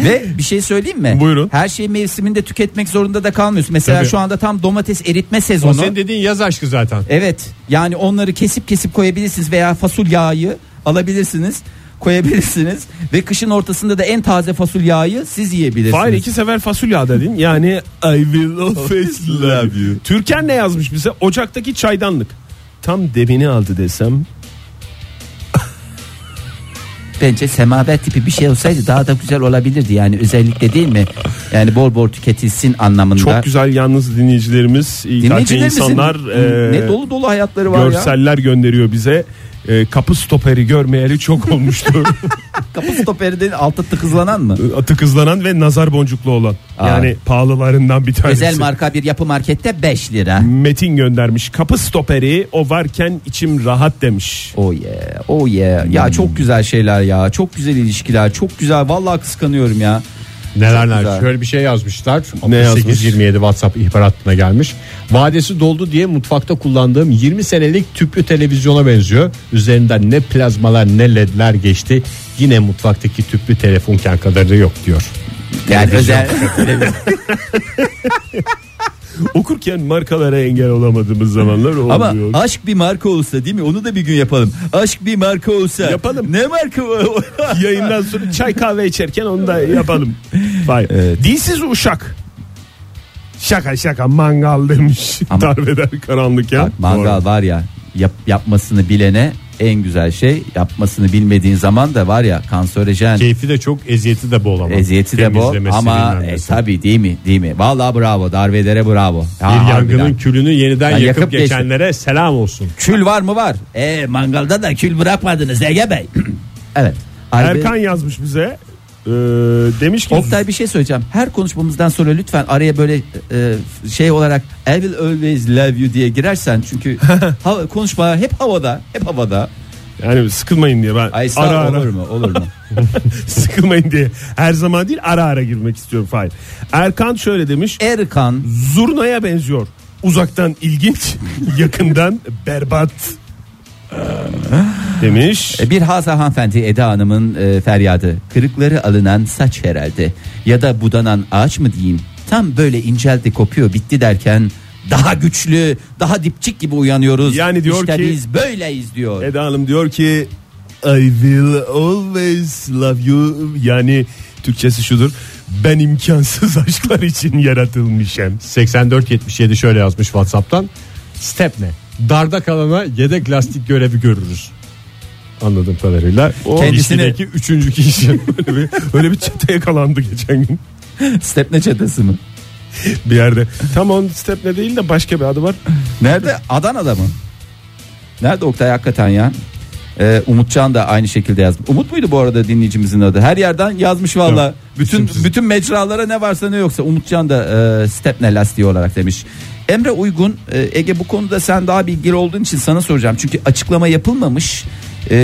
[SPEAKER 3] Ve bir şey söyleyeyim mi?
[SPEAKER 4] Buyurun.
[SPEAKER 3] Her şeyi mevsiminde tüketmek zorunda da kalmıyorsun. Mesela
[SPEAKER 4] Tabii.
[SPEAKER 3] şu anda tam domates eritme
[SPEAKER 2] O
[SPEAKER 3] sezonu.
[SPEAKER 2] senin dediğin yaz aşkı zaten.
[SPEAKER 3] Evet. Yani onları kesip kesip koyabilirsiniz veya fasul yağı alabilirsiniz, koyabilirsiniz ve kışın ortasında da en taze fasul yağı siz yiyebilirsiniz.
[SPEAKER 4] Fahir iki sefer fasulye adı dedin. Yani I will always love you. Türkan ne yazmış bize? Ocaktaki çaydanlık. Tam debini aldı desem.
[SPEAKER 3] Bence semaver tipi bir şey olsaydı daha da güzel olabilirdi yani özellikle değil mi? Yani bol bol tüketilsin anlamında.
[SPEAKER 4] Çok güzel yalnız dinleyicilerimiz, iyi kalpli
[SPEAKER 3] Dinleyicilerimizin
[SPEAKER 4] insanlar e,
[SPEAKER 3] ne dolu dolu hayatları var ya.
[SPEAKER 4] görseller gönderiyor bize. E, kapı stoperi görmeyeli çok olmuştu.
[SPEAKER 3] Kapı stoperden altı tıkızlanan mı?
[SPEAKER 4] Atı kızlanan ve nazar boncuklu olan.
[SPEAKER 3] Aa.
[SPEAKER 4] Yani pahalılarından bir tanesi.
[SPEAKER 3] Özel marka bir yapı markette 5 lira.
[SPEAKER 4] Metin göndermiş. Kapı stoperi o varken içim rahat demiş.
[SPEAKER 3] Oh yeah, oh yeah.
[SPEAKER 2] Hmm.
[SPEAKER 3] Ya çok güzel şeyler ya. Çok güzel ilişkiler. Çok güzel. Vallahi kıskanıyorum ya.
[SPEAKER 2] Neler
[SPEAKER 3] Çok
[SPEAKER 2] neler.
[SPEAKER 3] güzel.
[SPEAKER 2] Şöyle bir şey yazmışlar.
[SPEAKER 4] Ne yazmış?
[SPEAKER 2] 2827 WhatsApp ihbar hattına gelmiş. Vadesi doldu diye mutfakta kullandığım 20 senelik tüplü televizyona benziyor. Üzerinden ne plazmalar ne ledler geçti. Yine mutfaktaki tüplü telefonken kadarı yok diyor.
[SPEAKER 3] Yani özel
[SPEAKER 4] Okurken markalara engel olamadığımız zamanlar oluyor.
[SPEAKER 3] ama aşk bir marka olsa değil mi? Onu da bir gün yapalım. Aşk bir marka olsa.
[SPEAKER 4] Yapalım.
[SPEAKER 3] Ne marka bu?
[SPEAKER 4] Yayından sonra çay kahve içerken onu da yapalım. Vay. Dilsiz uşak. Şaka şaka mangal demiş.
[SPEAKER 3] Ama-
[SPEAKER 4] Tarif eder karanlık ya.
[SPEAKER 3] Bak, mangal var ya yap, yapmasını bilene en güzel şey yapmasını bilmediğin zaman da var ya kanserojen
[SPEAKER 2] Keyfi de çok eziyeti de bol ama.
[SPEAKER 3] eziyeti de bu
[SPEAKER 2] Temizlemesi,
[SPEAKER 3] ama
[SPEAKER 2] bilmem
[SPEAKER 3] e,
[SPEAKER 2] nesi.
[SPEAKER 3] tabii değil mi değil mi vallahi bravo darvedere bravo Ha,
[SPEAKER 2] bir
[SPEAKER 3] harbiden.
[SPEAKER 2] yangının külünü yeniden
[SPEAKER 3] Ya
[SPEAKER 2] yakıp,
[SPEAKER 3] yakıp geçti.
[SPEAKER 2] geçenlere selam olsun.
[SPEAKER 3] kül var mı var e, mangalda da kül bırakmadınız Ege Bey evet Harbi-
[SPEAKER 4] Erkan yazmış bize. Ee, demiş ki
[SPEAKER 3] Oktay bir şey söyleyeceğim. Her konuşmamızdan sonra lütfen araya böyle e, şey olarak I will always love you diye girersen çünkü hava, konuşma hep havada, hep havada.
[SPEAKER 4] yani sıkılmayın diye ben
[SPEAKER 3] Ay sağ
[SPEAKER 4] ara
[SPEAKER 3] ol,
[SPEAKER 4] ara
[SPEAKER 3] olur mu? Olur mu?
[SPEAKER 4] sıkılmayın diye her zaman değil ara ara girmek istiyorum Fahir. Erkan şöyle
[SPEAKER 3] E-
[SPEAKER 4] demiş.
[SPEAKER 3] Erkan
[SPEAKER 4] Zurnaya benziyor. Uzaktan ilginç, yakından berbat. Demiş.
[SPEAKER 3] e, bir Haza hanımefendi Eda Hanım'ın e, feryadı. Kırıkları alınan saç herhalde ya da budanan ağaç mı diyeyim? Tam böyle inceldi kopuyor bitti derken daha güçlü, daha dipçik gibi uyanıyoruz.
[SPEAKER 4] Yani diyor
[SPEAKER 3] İşte
[SPEAKER 4] ki-
[SPEAKER 3] biz böyleyiz diyor.
[SPEAKER 4] Eda Hanım diyor ki I will always love you yani Türkçesi şudur ben imkansız aşklar için yaratılmışım.
[SPEAKER 2] 8477 şöyle yazmış WhatsApp'tan. Step ne? Darda kalana yedek lastik görevi görürüz. Anladığım kadarıyla. O
[SPEAKER 3] Kendisini-
[SPEAKER 2] ilişkideki üçüncü kişi.
[SPEAKER 4] Öyle bir, öyle bir çeteye kalandı geçen gün
[SPEAKER 3] Stepne çetesi mi?
[SPEAKER 4] bir yerde. Tam on step ne değil de başka bir adı var.
[SPEAKER 3] Nerede? Adana'da mı? Nerede Oktay hakikaten ya? Ee, Umutcan da aynı şekilde yazmış. Umut muydu bu arada dinleyicimizin adı? Her yerden yazmış valla. Bütün bütün mecralara ne varsa ne yoksa Umutcan da e, Stepne lastiği olarak demiş. Emre Uygun e, Ege bu konuda sen daha bilgili olduğun için sana soracağım. Çünkü açıklama yapılmamış. e,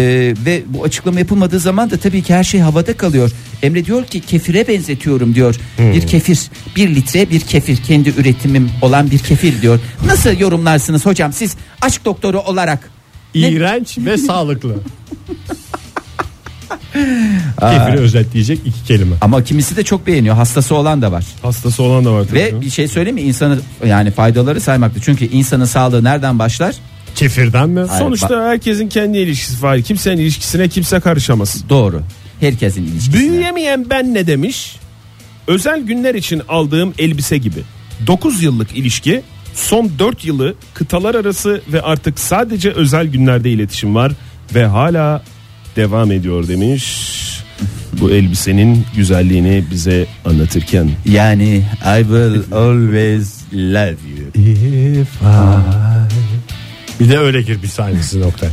[SPEAKER 3] ve bu açıklama yapılmadığı zaman da tabii ki her şey havada kalıyor. Emre diyor ki kefire benzetiyorum diyor. Bir kefir, bir litre bir kefir kendi üretimim olan bir kefir diyor. Nasıl yorumlarsınız hocam siz aşk doktoru olarak?
[SPEAKER 2] İğrenç ve sağlıklı. Kefiri özetleyecek iki kelime.
[SPEAKER 3] Ama kimisi de çok beğeniyor. Hastası olan da var.
[SPEAKER 4] Hastası olan da var. tabii.
[SPEAKER 3] Ve bir şey söyleyeyim mi? İnsanı yani faydaları saymakta. Çünkü insanın sağlığı nereden başlar?
[SPEAKER 2] Kefirden mi?
[SPEAKER 3] Hayır, bak-
[SPEAKER 4] Sonuçta herkesin kendi ilişkisi var. Kimsenin ilişkisine kimse karışamaz.
[SPEAKER 3] doğru. Herkesin ilişkisi.
[SPEAKER 4] Büyüyemeyen ben ne demiş? Özel günler için aldığım elbise gibi. 9 yıllık ilişki son 4 yılı kıtalar arası ve artık sadece özel günlerde iletişim var ve hala devam ediyor demiş. Bu elbisenin güzelliğini bize anlatırken.
[SPEAKER 3] Yani I will always love you.
[SPEAKER 2] Bir de öyle gir bir sahnesi noktaya.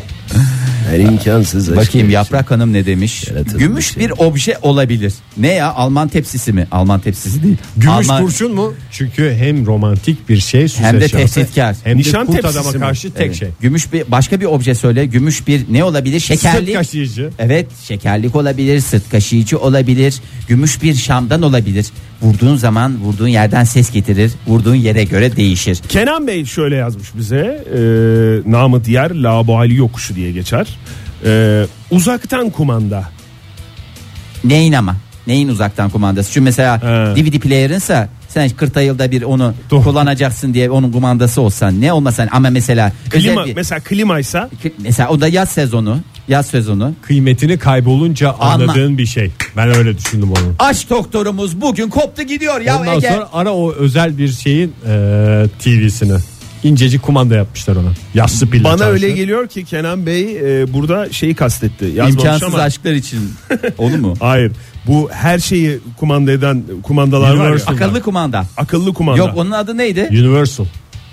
[SPEAKER 4] Her imkansız
[SPEAKER 2] şey.
[SPEAKER 3] Bakayım Yaprak Hanım ne demiş? Gümüş bir obje olabilir. Ne ya? Alman tepsisi mi? Alman tepsisi değil.
[SPEAKER 2] Gümüş
[SPEAKER 3] Alman-
[SPEAKER 2] kurşun mu? Çünkü hem romantik bir şey süs
[SPEAKER 3] Hem de
[SPEAKER 2] eşyası,
[SPEAKER 3] tehditkar.
[SPEAKER 2] Hem de
[SPEAKER 4] Nişan
[SPEAKER 2] kurt
[SPEAKER 4] tepsisi
[SPEAKER 2] adama
[SPEAKER 4] mi?
[SPEAKER 2] karşı tek
[SPEAKER 3] Evet.
[SPEAKER 2] şey.
[SPEAKER 3] Gümüş bir başka bir obje söyle. Gümüş bir ne olabilir? Şekerlik.
[SPEAKER 2] Sırt kaşıyıcı.
[SPEAKER 3] Evet şekerlik olabilir, sırt kaşıyıcı olabilir, gümüş bir şamdan olabilir. Vurduğun zaman vurduğun yerden ses getirir. Vurduğun yere göre değişir.
[SPEAKER 4] Kenan Bey şöyle yazmış bize e, namı diğer laubali yokuşu diye geçer. E, uzaktan kumanda.
[SPEAKER 3] Neyin ama? Neyin uzaktan kumandası? Çünkü mesela
[SPEAKER 4] He.
[SPEAKER 3] DVD player'ınsa sen 40 yılda bir onu
[SPEAKER 4] Doğru.
[SPEAKER 3] kullanacaksın diye onun kumandası olsan ne olmasan ama mesela
[SPEAKER 4] Klima,
[SPEAKER 3] özel bir-
[SPEAKER 4] mesela klimaysa
[SPEAKER 3] Kı- mesela o da yaz sezonu yaz sezonu
[SPEAKER 2] Kıymetini kaybolunca
[SPEAKER 3] Anla-
[SPEAKER 2] anladığın bir şey. Ben öyle düşündüm onu.
[SPEAKER 3] aşk doktorumuz bugün koptu gidiyor ya
[SPEAKER 2] Ondan
[SPEAKER 3] Ege.
[SPEAKER 2] sonra ara o özel bir şeyin e, TV'sini. İncecik kumanda yapmışlar ona. Yassı pille
[SPEAKER 4] bana
[SPEAKER 2] çalışıyor.
[SPEAKER 4] öyle geliyor ki Kenan Bey e, burada şeyi kastetti. Yazmamış
[SPEAKER 3] İmkansız
[SPEAKER 4] ama-
[SPEAKER 3] aşklar için olur mu?
[SPEAKER 4] Hayır. Bu her şeyi kumanda eden kumandalar var ya.
[SPEAKER 2] Universal.
[SPEAKER 3] Akıllı kumanda.
[SPEAKER 4] Akıllı kumanda.
[SPEAKER 3] Yok onun adı neydi?
[SPEAKER 2] Universal.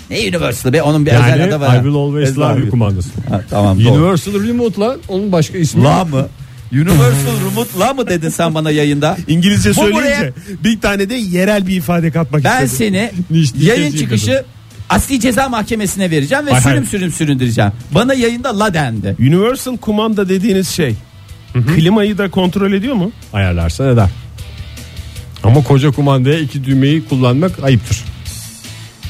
[SPEAKER 3] Ne Universal be onun bir özel
[SPEAKER 2] Yani
[SPEAKER 3] adı var.
[SPEAKER 2] I will always love you kumandası.
[SPEAKER 3] Ha, tamam doğru.
[SPEAKER 2] Universal Remote lan onun başka ismi.
[SPEAKER 3] La mı? Universal Remote La mı dedin sen bana yayında?
[SPEAKER 4] İngilizce
[SPEAKER 3] Bu
[SPEAKER 4] söyleyince bir tane de yerel bir ifade katmak
[SPEAKER 3] Ben
[SPEAKER 4] istedim.
[SPEAKER 3] seni
[SPEAKER 2] Niş- niş-
[SPEAKER 3] yayın
[SPEAKER 2] niş-
[SPEAKER 3] çıkışı asli ceza mahkemesine vereceğim ve
[SPEAKER 2] Hay hay.
[SPEAKER 3] sürüm sürüm süründüreceğim. Bana yayında la dendi.
[SPEAKER 4] Universal kumanda dediğiniz şey klimayı da kontrol ediyor mu?
[SPEAKER 2] Ayarlarsa eder. Ama koca kumandaya iki düğmeyi kullanmak ayıptır.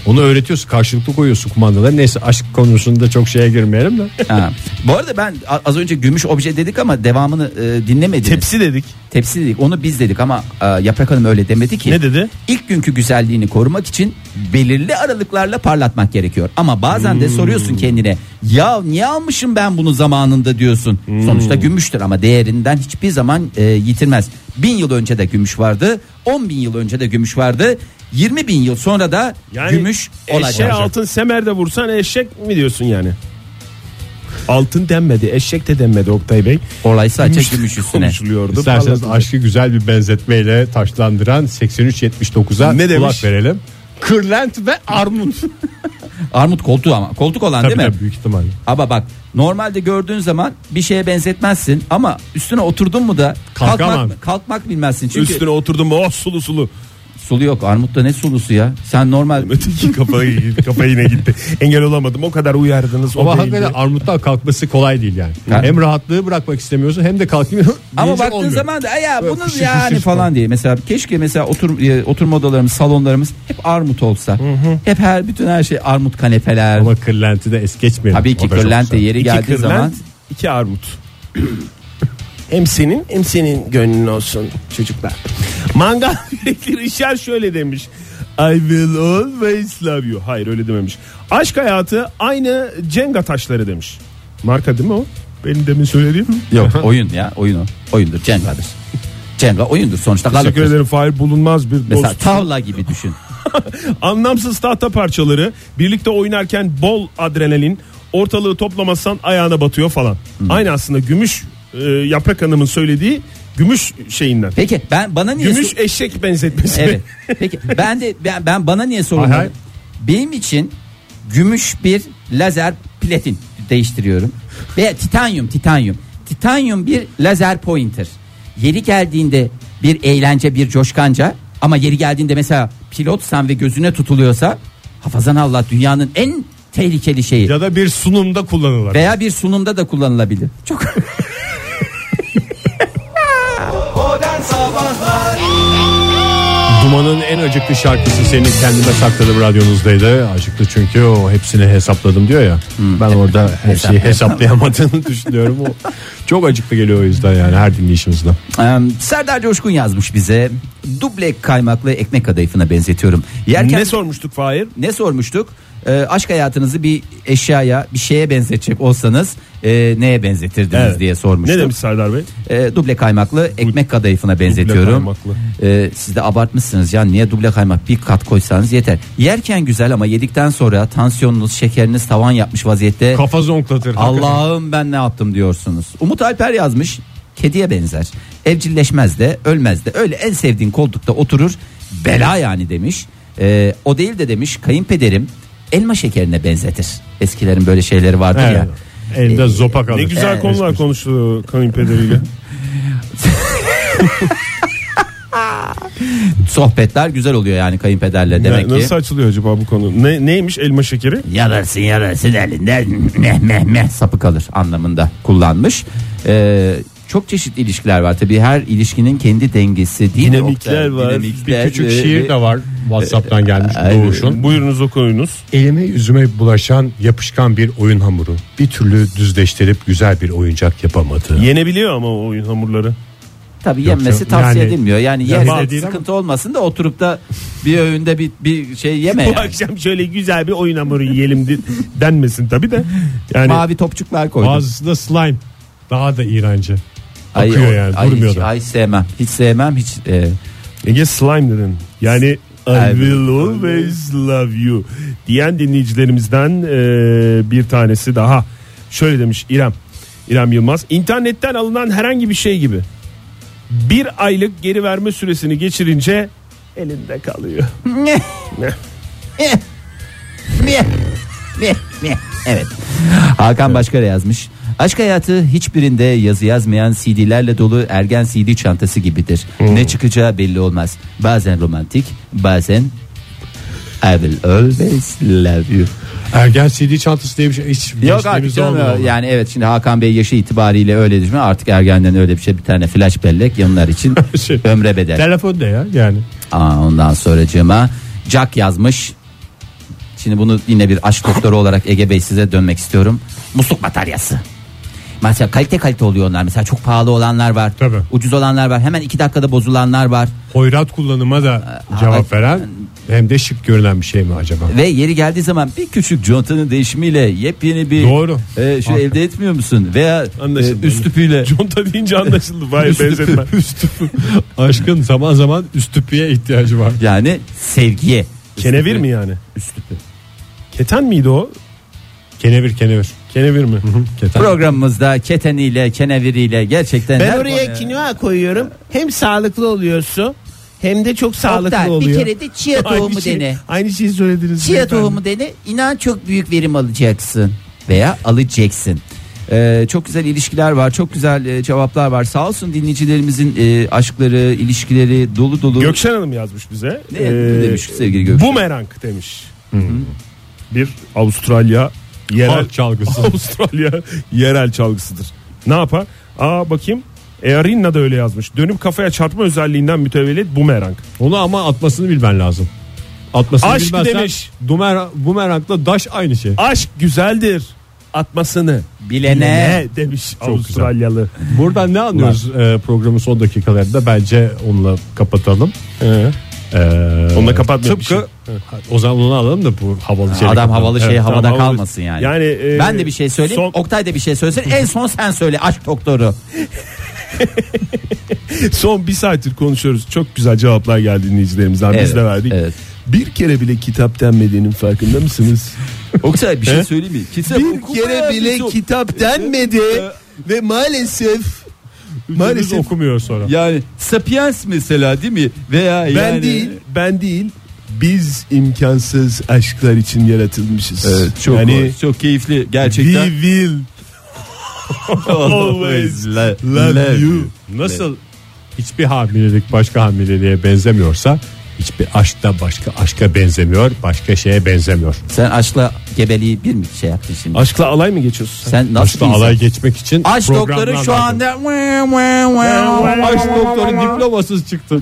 [SPEAKER 2] Onu öğretiyorsun karşılıklı koyuyorsun kumandaları. Neyse aşk konusunda çok şeye girmeyelim de.
[SPEAKER 3] Ha. Bu arada ben a- az önce gümüş obje dedik ama devamını e, dinlemediniz.
[SPEAKER 4] Tepsi dedik.
[SPEAKER 3] Tepsi dedik onu biz dedik ama e, Yaprak Hanım öyle demedi ki.
[SPEAKER 4] Ne dedi?
[SPEAKER 3] İlk günkü güzelliğini korumak için belirli aralıklarla parlatmak gerekiyor. Ama bazen de
[SPEAKER 2] Hmm.
[SPEAKER 3] soruyorsun kendine ya niye almışım ben bunu zamanında diyorsun.
[SPEAKER 2] Hmm.
[SPEAKER 3] Sonuçta gümüştür ama değerinden hiçbir zaman e, yitirmez. Bin yıl önce de gümüş vardı. 10 bin yıl önce de gümüş vardı. 20 bin yıl sonra da gümüş olacak.
[SPEAKER 4] Eşeğe altın semerde vursan eşek mi diyorsun yani? Altın denmedi, eşek de denmedi Oktay Bey.
[SPEAKER 3] Olay sadece gümüş üstüne.
[SPEAKER 4] konuşuluyordu.
[SPEAKER 2] İsterseniz
[SPEAKER 4] Parlatıldı.
[SPEAKER 2] aşkı güzel bir benzetmeyle taşlandıran 83-79'a
[SPEAKER 4] Ne demiş?
[SPEAKER 2] kulak verelim. Kırlent ve armut.
[SPEAKER 3] Armut koltuğu ama koltuk olan
[SPEAKER 2] Tabii
[SPEAKER 3] değil mi?
[SPEAKER 2] tabii, büyük ihtimalle.
[SPEAKER 3] Ama bak normalde gördüğün zaman bir şeye benzetmezsin ama üstüne oturdun mu da
[SPEAKER 2] Kalkamam.
[SPEAKER 3] kalkmak, kalkmak bilmezsin. Çünkü
[SPEAKER 4] Üstüne oturdum mu oh sulu sulu.
[SPEAKER 3] Sulu yok armutta ne sulusu ya? Sen normal
[SPEAKER 4] Öteki kafayı, kafa yine gitti. Engel olamadım o kadar uyardınız. O
[SPEAKER 2] Ama
[SPEAKER 4] değil
[SPEAKER 2] hakikaten
[SPEAKER 4] diye.
[SPEAKER 2] armuttan kalkması kolay değil yani.
[SPEAKER 3] Ha.
[SPEAKER 2] Hem rahatlığı bırakmak istemiyorsun hem de kalkayım.
[SPEAKER 3] ama
[SPEAKER 2] diyecek
[SPEAKER 3] baktığın
[SPEAKER 2] şey olmuyor.
[SPEAKER 3] zaman da "Ay ya
[SPEAKER 2] Böyle
[SPEAKER 3] bunu
[SPEAKER 2] fışır
[SPEAKER 3] yani
[SPEAKER 2] fışır
[SPEAKER 3] falan diye mesela keşke mesela otur, e, oturma odalarımız salonlarımız hep armut olsa. Hep her bütün her şey armut kanepeler.
[SPEAKER 2] Ama kırlenti de es geçmeyelim.
[SPEAKER 3] Tabii ki
[SPEAKER 2] O da çok
[SPEAKER 3] kırlente
[SPEAKER 2] güzel.
[SPEAKER 3] yeri
[SPEAKER 4] İki
[SPEAKER 3] geldiği
[SPEAKER 4] kırlent,
[SPEAKER 3] zaman
[SPEAKER 4] iki armut. hem senin hem senin gönlün olsun çocuklar. Mangal yürekli Rişar şöyle demiş. I will always love you. Hayır öyle dememiş. Aşk hayatı aynı Cenga taşları demiş. Marka değil mi o? Benim demin söylediğim.
[SPEAKER 3] yok oyun ya oyunu oyundur Cenga'dır. Cenga oyundur sonuçta
[SPEAKER 4] Teşekkür
[SPEAKER 3] kalıptır.
[SPEAKER 4] ederim Fahir bulunmaz bir
[SPEAKER 3] Mesela
[SPEAKER 4] dost.
[SPEAKER 3] tavla gibi düşün.
[SPEAKER 4] Anlamsız tahta parçaları birlikte oynarken bol adrenalin ortalığı toplamazsan ayağına batıyor falan.
[SPEAKER 3] Hmm.
[SPEAKER 4] Aynı aslında gümüş e, yaprak hanımın söylediği gümüş şeyinden.
[SPEAKER 3] Peki ben bana niye
[SPEAKER 4] Gümüş eşek benzetmesi.
[SPEAKER 3] Evet. Peki ben de ben, ben bana niye
[SPEAKER 2] Hay hay.
[SPEAKER 3] sorulmadı? Benim için gümüş bir lazer platin değiştiriyorum. Ve titanyum, titanyum. Titanyum bir lazer pointer. Yeri geldiğinde bir eğlence, bir coşkanca ama yeri geldiğinde mesela pilotsan ve gözüne tutuluyorsa hafazan Allah dünyanın en tehlikeli şeyi.
[SPEAKER 2] Ya da bir sunumda kullanılır.
[SPEAKER 3] Veya bir sunumda da kullanılabilir. Çok
[SPEAKER 2] Duman'ın en acıklı şarkısı seni kendime sakladım radyonuzdaydı. Acıklı çünkü o hepsini hesapladım diyor ya. Ben orada her şeyi hesaplayamadığını düşünüyorum. O çok acıklı geliyor o yüzden yani her dinleyişimizde.
[SPEAKER 3] Ee, Serdar Coşkun yazmış bize. Duble kaymaklı ekmek kadayıfına benzetiyorum. Yerken
[SPEAKER 4] Ne sormuştuk Fahir?
[SPEAKER 3] ne sormuştuk? Ee, aşk hayatınızı bir eşyaya, bir şeye benzetecek olsanız e, neye benzetirdiniz
[SPEAKER 4] Evet.
[SPEAKER 3] diye sormuştuk.
[SPEAKER 4] Ne demiş Serdar Bey?
[SPEAKER 3] Ee, duble kaymaklı ekmek kadayıfına benzetiyorum.
[SPEAKER 4] kaymaklı.
[SPEAKER 3] Ee, siz de abartmışsınız ya niye duble kaymak bir kat koysanız yeter. Yerken güzel ama yedikten sonra tansiyonunuz, şekeriniz tavan yapmış vaziyette.
[SPEAKER 2] Kafa zonklatır.
[SPEAKER 3] Allah'ım ben ne yaptım diyorsunuz. Umut Alper yazmış. Kediye benzer. Evcilleşmez de ölmez de. Öyle en sevdiğin koltukta oturur. Bela yani demiş. Ee, o değil de demiş kayınpederim elma şekerine benzetir. Eskilerin böyle şeyleri vardır
[SPEAKER 2] Evet.
[SPEAKER 3] ya.
[SPEAKER 2] Elinde zopa kalır.
[SPEAKER 4] Ne güzel
[SPEAKER 3] Evet.
[SPEAKER 4] konular konuştu kayınpederiyle.
[SPEAKER 3] Sohbetler güzel oluyor yani kayınpederle demek
[SPEAKER 4] Yani
[SPEAKER 3] ki.
[SPEAKER 4] nasıl açılıyor acaba bu konu? Ne, neymiş elma şekeri?
[SPEAKER 3] Yararsın yararsın elinden meh meh meh sapı kalır anlamında kullanmış. Ee, Çok çeşitli ilişkiler var tabii her ilişkinin kendi dengesi değil mi
[SPEAKER 4] Dinamikler
[SPEAKER 3] Oktay?
[SPEAKER 4] var.
[SPEAKER 2] Bir
[SPEAKER 3] Dinamikler e,
[SPEAKER 2] küçük
[SPEAKER 3] ve-
[SPEAKER 2] E, şiir
[SPEAKER 3] ve-
[SPEAKER 2] de var WhatsApp'tan gelmiş Doğuş'un.
[SPEAKER 4] E, Buyurunuz okuyunuz.
[SPEAKER 2] Elime yüzüme bulaşan yapışkan bir oyun hamuru. Bir türlü düzleştirip güzel bir oyuncak yapamadı.
[SPEAKER 4] Yenebiliyor ama o oyun hamurları.
[SPEAKER 3] Tabii
[SPEAKER 2] Yok
[SPEAKER 3] yenmesi
[SPEAKER 2] canım,
[SPEAKER 3] tavsiye
[SPEAKER 2] yani-
[SPEAKER 3] edilmiyor. Yani
[SPEAKER 2] Yenmez
[SPEAKER 3] yerse
[SPEAKER 2] değil ama-
[SPEAKER 3] sıkıntı olmasın da oturup da bir öğünde bir, bir şey yeme
[SPEAKER 4] Bu
[SPEAKER 3] yani.
[SPEAKER 4] akşam şöyle güzel bir oyun hamuru yiyelim de- denmesin tabii de. Yani
[SPEAKER 3] Mavi topçuklar koydum.
[SPEAKER 2] Bazısı da slime. Daha da iğrenci.
[SPEAKER 3] Ay,
[SPEAKER 2] akıyor
[SPEAKER 3] o-
[SPEAKER 2] yani,
[SPEAKER 3] ay,
[SPEAKER 2] durmuyor
[SPEAKER 3] hiç,
[SPEAKER 2] da.
[SPEAKER 3] ay sevmem. Hiç sevmem hiç. e,
[SPEAKER 4] Ege slime dedin. Yani I
[SPEAKER 3] Evet.
[SPEAKER 4] will always love you diyen dinleyicilerimizden e, bir tanesi daha. Şöyle demiş İrem. İrem Yılmaz. İnternetten alınan herhangi bir şey gibi. Bir aylık geri verme süresini geçirince elinde kalıyor.
[SPEAKER 3] Meh, meh, meh. evet. Hakan Başkara yazmış. Aşk hayatı hiçbirinde yazı yazmayan CD'lerle dolu ergen CD çantası gibidir.
[SPEAKER 2] Hmm.
[SPEAKER 3] Ne çıkacağı belli olmaz. Bazen romantik, bazen I will always love you.
[SPEAKER 2] Ergen CD çantası diye bir şey hiç
[SPEAKER 3] Yok artık
[SPEAKER 2] gençliğimizde
[SPEAKER 3] canım,
[SPEAKER 2] olmadı ama.
[SPEAKER 3] yani evet şimdi Hakan Bey yaşı itibariyle öyle düşme artık ergenden öyle bir şey bir tane flash bellek yanılar için
[SPEAKER 2] Şey.
[SPEAKER 3] ömre bedel.
[SPEAKER 2] Telefon ne ya yani?
[SPEAKER 3] Aa, ondan sonracığıma Jack yazmış. Şimdi bunu yine bir aşk doktoru olarak Ege Bey size dönmek istiyorum. Musluk bataryası. Mesela kalite kalite oluyor onlar. Mesela çok pahalı olanlar var.
[SPEAKER 2] Tabii.
[SPEAKER 3] Ucuz olanlar var. Hemen iki dakikada bozulanlar var.
[SPEAKER 2] Hoyrat kullanıma da cevap veren hem de şık görünen bir şey mi acaba?
[SPEAKER 3] Ve yeri geldiği zaman bir küçük contanın değişimiyle yepyeni bir
[SPEAKER 2] Doğru.
[SPEAKER 3] e, şey elde etmiyor musun? Veya e,
[SPEAKER 4] Anlaşıldı.
[SPEAKER 3] üst tüpüyle.
[SPEAKER 4] Conta deyince anlaşıldı. Vay benzetme.
[SPEAKER 2] Üstüpü. Aşkın zaman zaman üstüpüye ihtiyacı var.
[SPEAKER 3] Yani sevgiye.
[SPEAKER 4] Kenevir mi yani?
[SPEAKER 3] Üst tüpü.
[SPEAKER 4] Keten miydi o?
[SPEAKER 2] Kenevir kenevir.
[SPEAKER 4] Kenevir mi?
[SPEAKER 2] Keten.
[SPEAKER 3] Programımızda keteniyle, keneviriyle gerçekten
[SPEAKER 7] Ben
[SPEAKER 3] her
[SPEAKER 7] oraya
[SPEAKER 3] konuya-
[SPEAKER 7] kinoa koyuyorum. Hem sağlıklı oluyorsun hem de çok sağlıklı
[SPEAKER 3] Oktay,
[SPEAKER 7] oluyor.
[SPEAKER 3] bir kere de chia tohumu
[SPEAKER 7] şey-
[SPEAKER 3] dene.
[SPEAKER 4] Aynı şeyi söylediniz.
[SPEAKER 3] Chia tohumu dene. İnan çok büyük verim alacaksın veya alacaksın. Ee, çok güzel ilişkiler var, çok güzel e, cevaplar var. Sağ olsun dinleyicilerimizin e, aşkları, ilişkileri dolu dolu.
[SPEAKER 4] Gökşen e, Hanım yazmış bize. Ee,
[SPEAKER 3] Ne demiş sevgili Gökşen?
[SPEAKER 4] Bumerang demiş. Bir Avustralya yerel
[SPEAKER 2] Halk çalgısı.
[SPEAKER 4] Avustralya yerel çalgısıdır. Ne yapar? Aa bakayım. E, Arinna da öyle yazmış. Dönüp kafaya çarpma özelliğinden mütevellit bumerang.
[SPEAKER 2] Onu ama atmasını bilmen lazım. Atmasını
[SPEAKER 4] Aşk
[SPEAKER 2] bilmezsen
[SPEAKER 4] demiş.
[SPEAKER 2] Dumer, bumerangla daş aynı şey.
[SPEAKER 4] Aşk güzeldir. Atmasını.
[SPEAKER 3] Bilene.
[SPEAKER 4] Ne demiş Avustralyalı.
[SPEAKER 2] Buradan ne anlıyoruz e, programın son dakikalarında bence onunla kapatalım.
[SPEAKER 4] Ee,
[SPEAKER 2] E,
[SPEAKER 4] Onunla kapatmayalım
[SPEAKER 2] Tıpkı
[SPEAKER 4] işi.
[SPEAKER 2] o zaman onu alalım da bu havalı şey.
[SPEAKER 3] Adam havalı şey
[SPEAKER 2] Evet,
[SPEAKER 3] havada
[SPEAKER 4] tamam, havalı-
[SPEAKER 3] kalmasın yani.
[SPEAKER 4] Yani, e,
[SPEAKER 3] ben de bir şey söyleyeyim.
[SPEAKER 4] son-
[SPEAKER 3] Oktay da bir şey söylesin. en son sen söyle aşk doktoru.
[SPEAKER 4] Son bir saattir konuşuyoruz. Çok güzel cevaplar geldi dinleyicilerimizden. Biz
[SPEAKER 3] Evet,
[SPEAKER 4] de verdik.
[SPEAKER 3] evet.
[SPEAKER 4] Bir kere bile kitap denmediğinin farkında mısınız?
[SPEAKER 3] Oktay bir şey söyleyeyim mi? Kitap
[SPEAKER 5] Bir kere bile
[SPEAKER 3] E,
[SPEAKER 5] kitap denmedi ve maalesef
[SPEAKER 2] Maalesef
[SPEAKER 3] şey
[SPEAKER 5] maalesef
[SPEAKER 2] okumuyor sonra.
[SPEAKER 3] yani Sapiens mesela değil mi? Veya
[SPEAKER 4] Ben değil, ben değil. Biz imkansız aşklar için yaratılmışız.
[SPEAKER 3] çok
[SPEAKER 4] yani
[SPEAKER 3] çok keyifli
[SPEAKER 4] we
[SPEAKER 3] gerçekten.
[SPEAKER 4] will always love you.
[SPEAKER 2] Nasıl hiçbir hamilelik başka hamileliğe benzemiyorsa hiçbir aşk da başka aşka benzemiyor, başka şeye benzemiyor.
[SPEAKER 3] Sen aşkla gebeliği bir mi şey yaptın şimdi?
[SPEAKER 4] Aşkla alay mı geçiyorsun?
[SPEAKER 3] Sen nasıl bir
[SPEAKER 2] Aşkla
[SPEAKER 3] insan?
[SPEAKER 2] alay geçmek için
[SPEAKER 3] Aç
[SPEAKER 2] programlar
[SPEAKER 3] doktoru şu
[SPEAKER 2] lazım.
[SPEAKER 3] anda aç doktoru
[SPEAKER 2] diplomasız çıktı.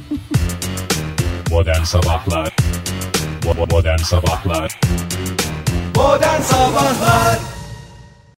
[SPEAKER 2] Modern Sabahlar Modern Sabahlar
[SPEAKER 5] Modern Sabahlar